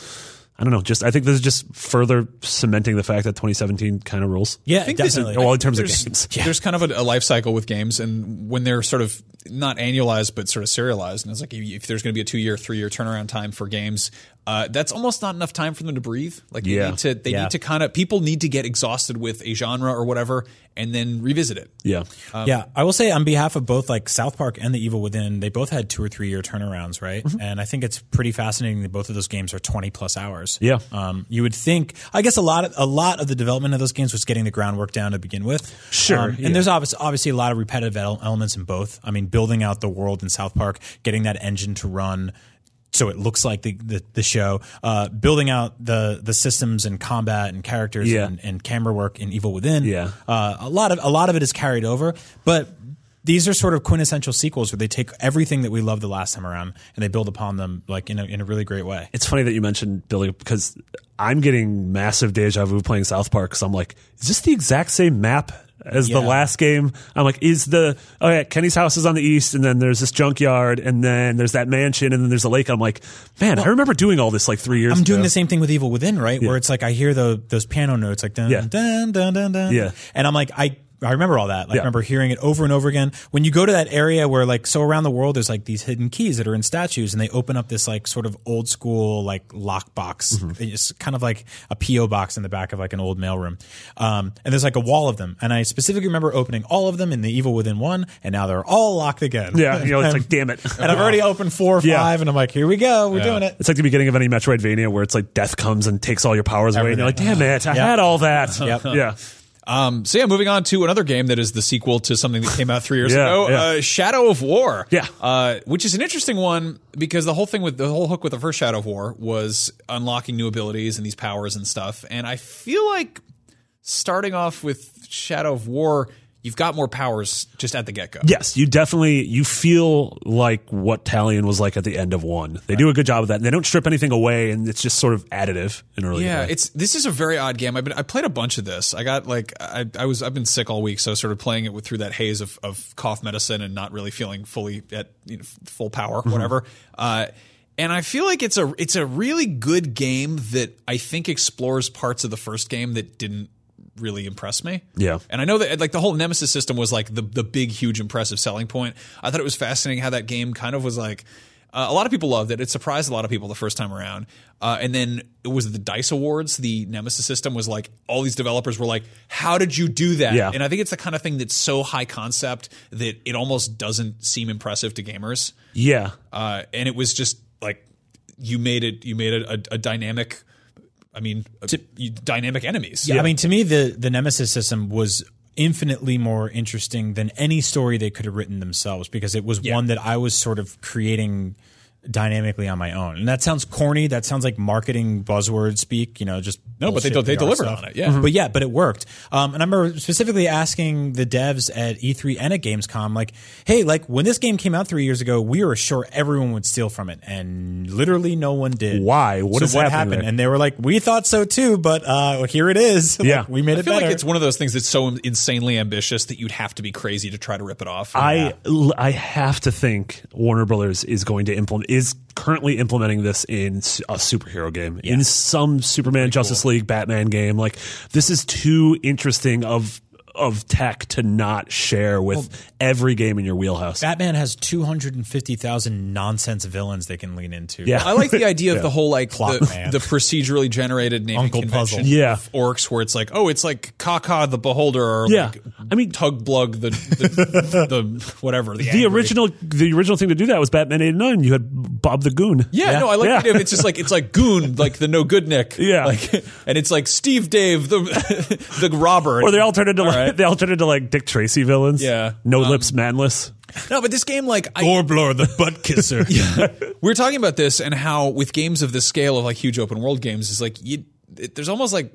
Speaker 5: I don't know. Just I think this is just further cementing the fact that 2017 kind of rules.
Speaker 4: Yeah,
Speaker 3: think this is-
Speaker 4: definitely.
Speaker 5: Well, in terms of
Speaker 3: there's,
Speaker 5: games. [laughs]
Speaker 3: there's kind of a, a life cycle with games, and when they're sort of not annualized but sort of serialized, and it's like if there's going to be a two year, three year turnaround time for games, uh, that's almost not enough time for them to breathe. Like they
Speaker 5: Yeah.
Speaker 3: need to, they need to kind of people need to get exhausted with a genre or whatever, and then revisit it.
Speaker 5: Yeah.
Speaker 4: yeah, I will say on behalf of both like South Park and The Evil Within, they both had two or three year turnarounds, right?
Speaker 5: Mm-hmm.
Speaker 4: And I think it's pretty fascinating that both of those games are twenty plus hours.
Speaker 5: Yeah.
Speaker 4: um, you would think. I guess a lot of a lot of the development of those games was getting the groundwork down to begin with.
Speaker 5: Sure,
Speaker 4: Um,
Speaker 5: yeah.
Speaker 4: and there's obvious, obviously a lot of repetitive ele- elements in both. I mean, building out the world in South Park, getting that engine to run. So it looks like the the, the show, uh, building out the the systems and combat and characters
Speaker 5: Yeah.
Speaker 4: and, and camera work in Evil Within.
Speaker 5: Yeah.
Speaker 4: Uh, a lot of a lot of it is carried over, but these are sort of quintessential sequels where they take everything that we loved the last time around and they build upon them like in a, in a really great way.
Speaker 5: It's funny that you mentioned building because I'm getting massive deja vu playing South Park because I'm like, is this the exact same map as the
Speaker 4: Yeah.
Speaker 5: last game? I'm like, is the oh yeah, Kenny's house is on the east, and then there's this junkyard, and then there's that mansion, and then there's a lake. I'm like, man, I remember doing all this like three years.
Speaker 4: I'm doing
Speaker 5: ago.
Speaker 4: the same thing with Evil Within, right? Where it's like I hear the, those piano notes, like dun
Speaker 5: Yeah.
Speaker 4: dun dun dun dun,
Speaker 5: Yeah.
Speaker 4: and I'm like I. I remember all that. Like,
Speaker 5: Yeah.
Speaker 4: I remember hearing it over and over again. When you go to that area where, like, so around the world, there's like these hidden keys that are in statues, and they open up this like sort of old school like lockbox.
Speaker 5: Mm-hmm.
Speaker 4: It's kind of like a PO box in the back of like an old mailroom. Um, and there's like a wall of them. And I specifically remember opening all of them in the Evil Within one, and now they're all locked again.
Speaker 5: Yeah, you know,
Speaker 4: [laughs]
Speaker 5: it's
Speaker 4: And-
Speaker 5: like, damn it.
Speaker 4: And I've already opened four or five,
Speaker 5: Yeah.
Speaker 4: and I'm like, here we go, we're doing it.
Speaker 5: It's like the beginning of any Metroidvania where it's like death comes and takes all your powers away, and you're like, damn it, I had all that.
Speaker 4: Yep.
Speaker 5: Yeah.
Speaker 3: Um, so yeah, moving on to another game that is the sequel to something that came out three years
Speaker 5: [laughs] Yeah,
Speaker 3: ago,
Speaker 5: yeah.
Speaker 3: Uh, Shadow of War.
Speaker 5: Yeah.
Speaker 3: uh, which is an interesting one because the whole thing with the whole hook with the first Shadow of War was unlocking new abilities and these powers and stuff. And I feel like starting off with Shadow of War, you've got more powers just at the get go.
Speaker 5: Yes, you definitely you feel like what Talion was like at the end of one. They do a good job of that. And they don't strip anything away, and it's just sort of additive in a really
Speaker 3: Yeah,
Speaker 5: good way.
Speaker 3: it's this is a very odd game. I've been I played a bunch of this. I got like I, I was I've been sick all week, so sort of playing it with through that haze of, of cough medicine and not really feeling fully at you know, f- full power,
Speaker 5: Mm-hmm.
Speaker 3: whatever. Uh, and I feel like it's a it's a really good game that I think explores parts of the first game that didn't really impress me.
Speaker 5: Yeah.
Speaker 3: And I know that like the whole Nemesis system was like the the big huge impressive selling point. I thought it was fascinating how that game kind of was like uh, a lot of people loved it. It surprised a lot of people the first time around. Uh, and then it was the Dice Awards. The Nemesis system was like all these developers were like, "How did you do that?"
Speaker 5: Yeah.
Speaker 3: And I think it's the kind of thing that's so high concept that it almost doesn't seem impressive to gamers.
Speaker 5: yeah.
Speaker 3: Uh, and it was just like you made it. You made a, a, a dynamic. I mean, a- you- dynamic enemies.
Speaker 4: I mean, to me, the the Nemesis system was infinitely more interesting than any story they could have written themselves because it was one that I was sort of creating dynamically on my own. And that sounds corny. That sounds like marketing buzzword speak. You know, just
Speaker 3: No, but they
Speaker 4: bullshit
Speaker 3: they
Speaker 4: PR
Speaker 3: delivered
Speaker 4: stuff.
Speaker 3: on it, yeah. Mhm.
Speaker 4: but yeah, but it worked. Um, and I remember specifically asking the devs at E3 and at Gamescom, like, "Hey, like when this game came out three years ago, we were sure everyone would steal from it, and literally no one did.
Speaker 5: Why? What
Speaker 4: so
Speaker 5: is
Speaker 4: what
Speaker 5: happening
Speaker 4: happened?"
Speaker 5: there?
Speaker 4: And they were like, "We thought so too, but uh, here it is. [laughs] Like,
Speaker 5: Yeah.
Speaker 4: we made
Speaker 3: I
Speaker 4: it
Speaker 3: feel
Speaker 4: better."
Speaker 3: like it's one of those things that's so insanely ambitious that you'd have to be crazy to try to rip it off.
Speaker 5: I I have to think Warner Brothers is going to implement is currently implementing this in s- a superhero game in some Superman Justice League Batman game. Like this is too interesting of of tech to not share with every game in your wheelhouse.
Speaker 4: Batman has 250,000 nonsense villains they can lean
Speaker 5: [laughs]
Speaker 4: into. [laughs]
Speaker 5: yeah,
Speaker 3: I like the idea of the whole like
Speaker 4: Plot
Speaker 3: the,
Speaker 4: man.
Speaker 3: the procedurally generated naming
Speaker 4: Uncle
Speaker 3: convention
Speaker 4: Puzzle.
Speaker 5: Yeah.
Speaker 3: of orcs, where it's like, oh, it's like Kaka the Beholder, or
Speaker 5: Yeah.
Speaker 3: like
Speaker 5: I mean-
Speaker 3: Tug Blug the
Speaker 5: [laughs]
Speaker 3: the, the whatever the,
Speaker 5: the
Speaker 3: angry.
Speaker 5: original the original thing to do that was Batman eighty nine. You had Bob the Goon.
Speaker 3: Yeah, no, I like
Speaker 5: Yeah.
Speaker 3: the idea of it's just like it's like Goon, like the no good Nick,
Speaker 5: Yeah.
Speaker 3: like, and it's like Steve Dave the [laughs] the robber,
Speaker 5: [laughs] Or they all turned into like,
Speaker 3: right.
Speaker 5: [laughs] they all turned into like Dick Tracy villains.
Speaker 3: Yeah.
Speaker 5: no lips, manless.
Speaker 3: no, but this game like I,
Speaker 4: Gorbler the
Speaker 5: [laughs]
Speaker 4: butt kisser.
Speaker 3: we were talking about this and how with games of the scale of like huge open world games is like you it, there's almost like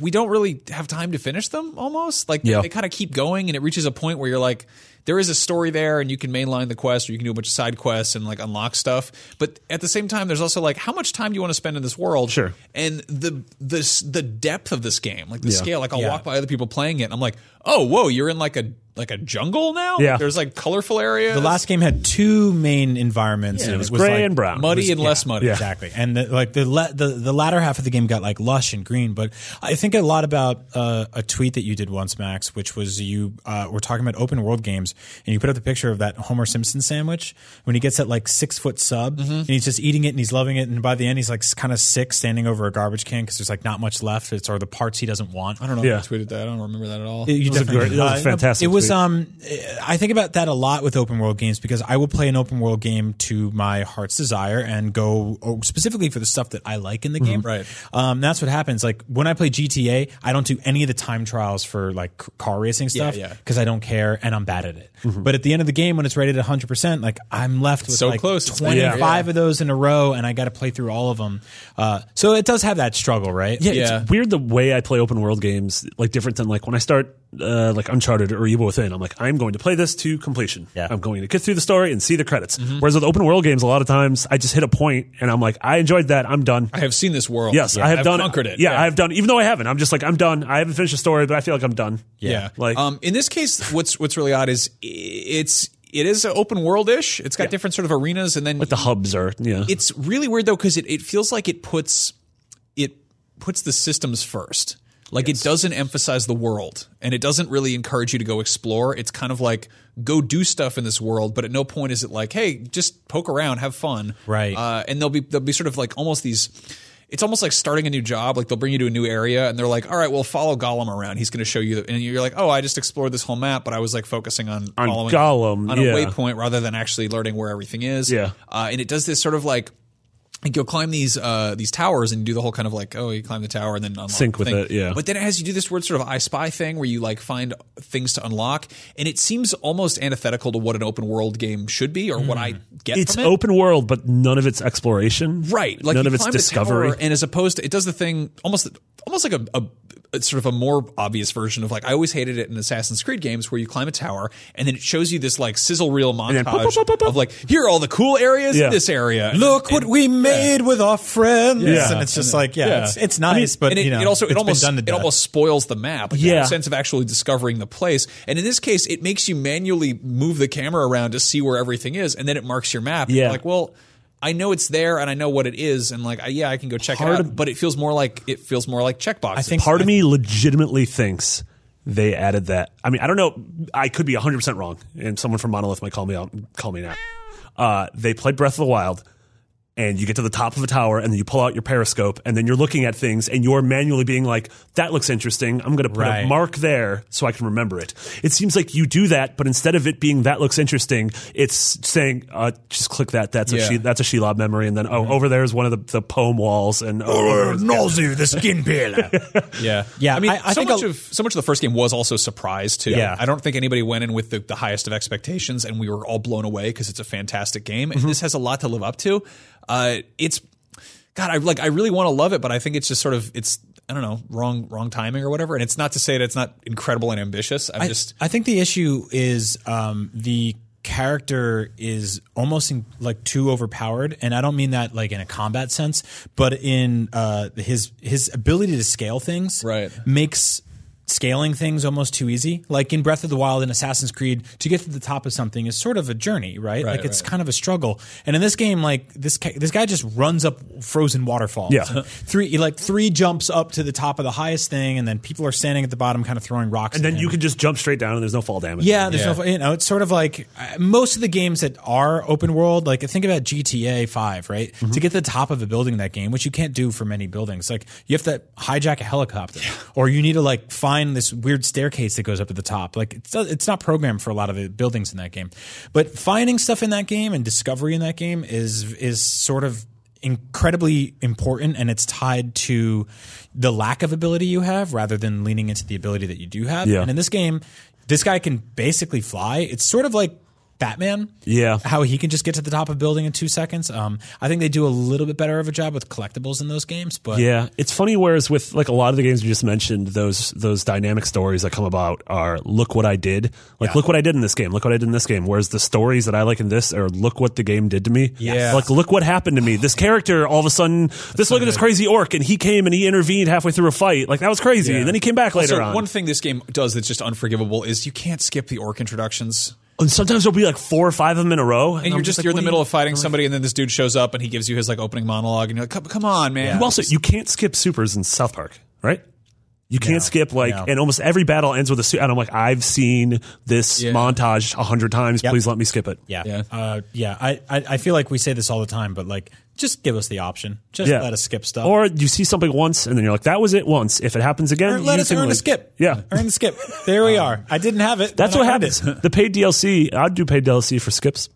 Speaker 3: we don't really have time to finish them almost like
Speaker 5: Yeah.
Speaker 3: they kind of keep going and it reaches a point where you're like there is a story there, and you can mainline the quest, or you can do a bunch of side quests and like unlock stuff. But at the same time, there's also like how much time do you want to spend in this world?
Speaker 5: Sure.
Speaker 3: And the the the depth of this game, like the scale, like I'll walk by other people playing it, and I'm like, oh, whoa, you're in like a like a jungle now.
Speaker 5: Yeah.
Speaker 3: There's like colorful areas.
Speaker 4: The last game had two main environments. and it was,
Speaker 5: gray
Speaker 4: like,
Speaker 5: and brown.
Speaker 3: muddy and less
Speaker 4: yeah,
Speaker 3: muddy.
Speaker 4: Exactly. And the, like the, le- the the latter half of the game got like lush and green. But I think a lot about uh, a tweet that you did once, Max, which was you uh, were talking about open world games, and you put up the picture of that Homer Simpson sandwich when he gets that like six foot sub,
Speaker 3: Mm-hmm.
Speaker 4: and he's just eating it and he's loving it, and by the end he's like kind of sick, standing over a garbage can because there's like not much left. It's or the parts he doesn't want.
Speaker 3: I don't know
Speaker 5: Yeah.
Speaker 3: if I tweeted that. I don't remember that at all.
Speaker 4: You
Speaker 5: was a
Speaker 4: definitely-
Speaker 5: great- that was a
Speaker 4: uh, no,
Speaker 5: fantastic
Speaker 4: It was.
Speaker 5: tweet.
Speaker 4: Um, I think about that a lot with open world games because I will play an open world game to my heart's desire and go oh, specifically for the stuff that I like in the
Speaker 5: Mm-hmm.
Speaker 4: game.
Speaker 3: Right.
Speaker 4: Um, that's what happens. Like when I play GTA, I don't do any of the time trials for like c- car racing stuff
Speaker 3: yeah.
Speaker 4: because I don't care and I'm bad at it.
Speaker 5: Mm-hmm.
Speaker 4: But at the end of the game, when it's rated 100, percent like I'm left with
Speaker 3: so
Speaker 4: like
Speaker 3: close. It's bad.
Speaker 4: 25
Speaker 3: Yeah.
Speaker 4: of those in a row, and I got to play through all of them. Uh, so it does have that struggle, right?
Speaker 5: Yeah,
Speaker 3: Yeah.
Speaker 5: it's weird the way I play open world games, like different than like when I start uh, like Uncharted or Evil Within. I'm like, I'm going to play this to completion.
Speaker 4: Yeah.
Speaker 5: I'm going to get through the story and see the credits.
Speaker 3: Mm-hmm.
Speaker 5: Whereas with open world games, a lot of times I just hit a point and I'm like, I enjoyed that. I'm done.
Speaker 3: I have seen this world.
Speaker 5: yes, I have
Speaker 3: I've
Speaker 5: done
Speaker 3: conquered it.
Speaker 5: Yeah, I have done. Even though I haven't, I'm just like, I'm done. I haven't finished the story, but I feel like I'm done.
Speaker 3: Yeah.
Speaker 5: like
Speaker 3: um, in this case, what's what's really odd is i- it's it is open world ish. It's got different sort of arenas, and then
Speaker 5: the hubs are yeah.
Speaker 3: it's really weird though because it, it feels like it puts it puts the systems first. Like it doesn't emphasize the world, and it doesn't really encourage you to go explore. It's kind of like go do stuff in this world, but at no point is it like, hey, just poke around, have fun,
Speaker 4: Right.
Speaker 3: Uh, and they'll be they'll be sort of like almost these. It's almost like starting a new job. Like they'll bring you to a new area, and they're like, "All right, well, follow Gollum around. He's going to show you." The, and you're like, "Oh, I just explored this whole map, but I was like focusing on,
Speaker 5: On
Speaker 3: following
Speaker 5: Gollum,
Speaker 3: on a
Speaker 5: yeah.
Speaker 3: waypoint rather than actually learning where everything is."
Speaker 5: Yeah.
Speaker 3: uh, and it does this sort of like like you'll climb these uh, these towers and do the whole kind of like oh you climb the tower and then unlock
Speaker 5: Sync
Speaker 3: the
Speaker 5: with
Speaker 3: thing.
Speaker 5: it, yeah.
Speaker 3: But then it has you do this weird sort of I Spy thing where you like find things to unlock, and it seems almost antithetical to what an open world game should be or what I get.
Speaker 5: Hmm. it's
Speaker 3: from it.
Speaker 5: open world, but none of its exploration.
Speaker 3: Right, like
Speaker 5: none
Speaker 3: you
Speaker 5: of its
Speaker 3: climb the
Speaker 5: discovery.
Speaker 3: tower, and as opposed to it does the thing almost almost like a, a it's sort of a more obvious version of like I always hated it in Assassin's Creed games where you climb a tower and then it shows you this like sizzle reel
Speaker 5: then pop,
Speaker 3: montage
Speaker 5: pop, pop, pop.
Speaker 3: of like here are all the cool areas
Speaker 5: Yeah.
Speaker 3: in this area.
Speaker 4: Look what we made with our friends.
Speaker 5: Yeah.
Speaker 4: And it's just like, yeah, It's, it's nice, but
Speaker 3: and it,
Speaker 4: you know,
Speaker 3: it also it
Speaker 4: it's been
Speaker 3: almost
Speaker 4: done to
Speaker 3: it
Speaker 4: death.
Speaker 3: almost spoils the map. Like,
Speaker 5: Yeah.
Speaker 3: yeah, sense of actually discovering the place. And in this case, it makes you manually move the camera around to see where everything is, and then it marks your map. And
Speaker 5: Yeah.
Speaker 3: you're like well. I know it's there, and I know what it is, and like, I- yeah, I can go check it out. but it feels more like it feels more like checkboxes. I
Speaker 4: think-
Speaker 5: part of me legitimately thinks they added that. I mean, I don't know. I could be 100% wrong, and someone from Monolith might call me out. Call me now. Uh, they played Breath of the Wild, and you get to the top of a tower, and then you pull out your periscope, and then you're looking at things, and you're manually being like, "That looks interesting. I'm going to put a
Speaker 4: Right.
Speaker 5: mark there so I can remember it." It seems like you do that, but instead of it being that looks interesting, it's saying, uh, "Just click that. That's a
Speaker 3: Yeah.
Speaker 5: she, that's a Shelob memory." And then, oh,
Speaker 4: Mm-hmm.
Speaker 5: over there is one of the, the poem walls, and oh, [laughs]
Speaker 4: Nausea, the skin peeler.
Speaker 3: yeah,
Speaker 4: Yeah,
Speaker 3: I mean,
Speaker 4: I- I
Speaker 3: so
Speaker 4: think
Speaker 3: much
Speaker 4: I'll-
Speaker 3: of so much of the first game was also surprise too.
Speaker 4: Yeah.
Speaker 3: I don't think anybody went in with the, the highest of expectations, and we were all blown away because it's a fantastic game,
Speaker 4: Mm-hmm.
Speaker 3: and this has a lot to live up to. Uh, it's God, I like I really want to love it, but I think it's just sort of it's I don't know wrong wrong timing or whatever. And it's not to say that it's not incredible and ambitious. I'm
Speaker 4: I,
Speaker 3: just
Speaker 4: I think the issue is um, the character is almost in, like too overpowered, and I don't mean that like in a combat sense, but in uh, his his ability to scale things
Speaker 3: Right.
Speaker 4: makes scaling things almost too easy. Like in Breath of the Wild and Assassin's Creed, to get to the top of something is sort of a journey, right? like it's
Speaker 3: right.
Speaker 4: kind of a struggle. And in this game, like this ca- this guy just runs up frozen waterfalls.
Speaker 5: Yeah.
Speaker 4: And [laughs] three like three jumps up to the top of the highest thing, and then people are standing at the bottom, kind of throwing rocks.
Speaker 5: And
Speaker 4: at
Speaker 5: then
Speaker 4: him.
Speaker 5: you can just jump straight down and there's no fall damage.
Speaker 4: Yeah, there's
Speaker 3: Yeah.
Speaker 4: no, you know, it's sort of like uh, most of the games that are open world. Like think about GTA Five, right? To get to the top of a building in that game, which you can't do for many buildings. Like you have to hijack a helicopter, or you need to like find this weird staircase that goes up to the top. Like it's it's not programmed for a lot of the buildings in that game, but finding stuff in that game and discovery in that game is is sort of incredibly important and it's tied to the lack of ability you have rather than leaning into the ability that you do have
Speaker 5: Yeah.
Speaker 4: and in this game this guy can basically fly. It's sort of like Batman.
Speaker 5: Yeah.
Speaker 4: How he can just get to the top of a building in two seconds. Um, I think they do a little bit better of a job with collectibles in those games, but
Speaker 5: Yeah, it's funny. Whereas with like a lot of the games you just mentioned, those those dynamic stories that come about are look what I did, like look what I did in this game, look what I did in this game. Whereas the stories that I like in this are look what the game did to me,
Speaker 4: Yes.
Speaker 5: like look what happened to me. This character all of a sudden, this look at this crazy orc, and he came and he intervened halfway through a fight, like that was crazy. And then he came back later
Speaker 3: also,
Speaker 5: on.
Speaker 3: one thing this game does that's just unforgivable is you can't skip the orc introductions.
Speaker 5: and sometimes there'll be like four or five of them in a row,
Speaker 3: And you're
Speaker 5: I'm
Speaker 3: just,
Speaker 5: like,
Speaker 3: you're in
Speaker 5: what
Speaker 3: the
Speaker 5: are
Speaker 3: middle
Speaker 5: you-
Speaker 3: of fighting somebody, and then this dude shows up and he gives you his like opening monologue, and you're like, "Come, come on, man!"
Speaker 5: You also you can't skip supers in South Park, right? You can't skip like,
Speaker 4: no.
Speaker 5: and almost every battle ends with a suit. And I'm like, I've seen this
Speaker 3: Yeah.
Speaker 5: montage a hundred times. Please let me skip it.
Speaker 4: Yeah.
Speaker 3: Yeah.
Speaker 4: Uh, yeah. I, I, I feel like we say this all the time, but like, just give us the option. Just let us skip stuff.
Speaker 5: Or you see something once, and then you're like, that was it once. If it happens again,
Speaker 4: Or let
Speaker 5: you
Speaker 4: us
Speaker 5: can,
Speaker 4: earn a
Speaker 5: like-
Speaker 4: skip.
Speaker 5: Yeah. Um,
Speaker 4: Earn the skip. There we are. I didn't have
Speaker 5: [laughs]
Speaker 4: it.
Speaker 5: That's
Speaker 4: and
Speaker 5: what
Speaker 4: I earned
Speaker 5: happens.
Speaker 4: it.
Speaker 5: the paid DLC, I'd do paid DLC for skips.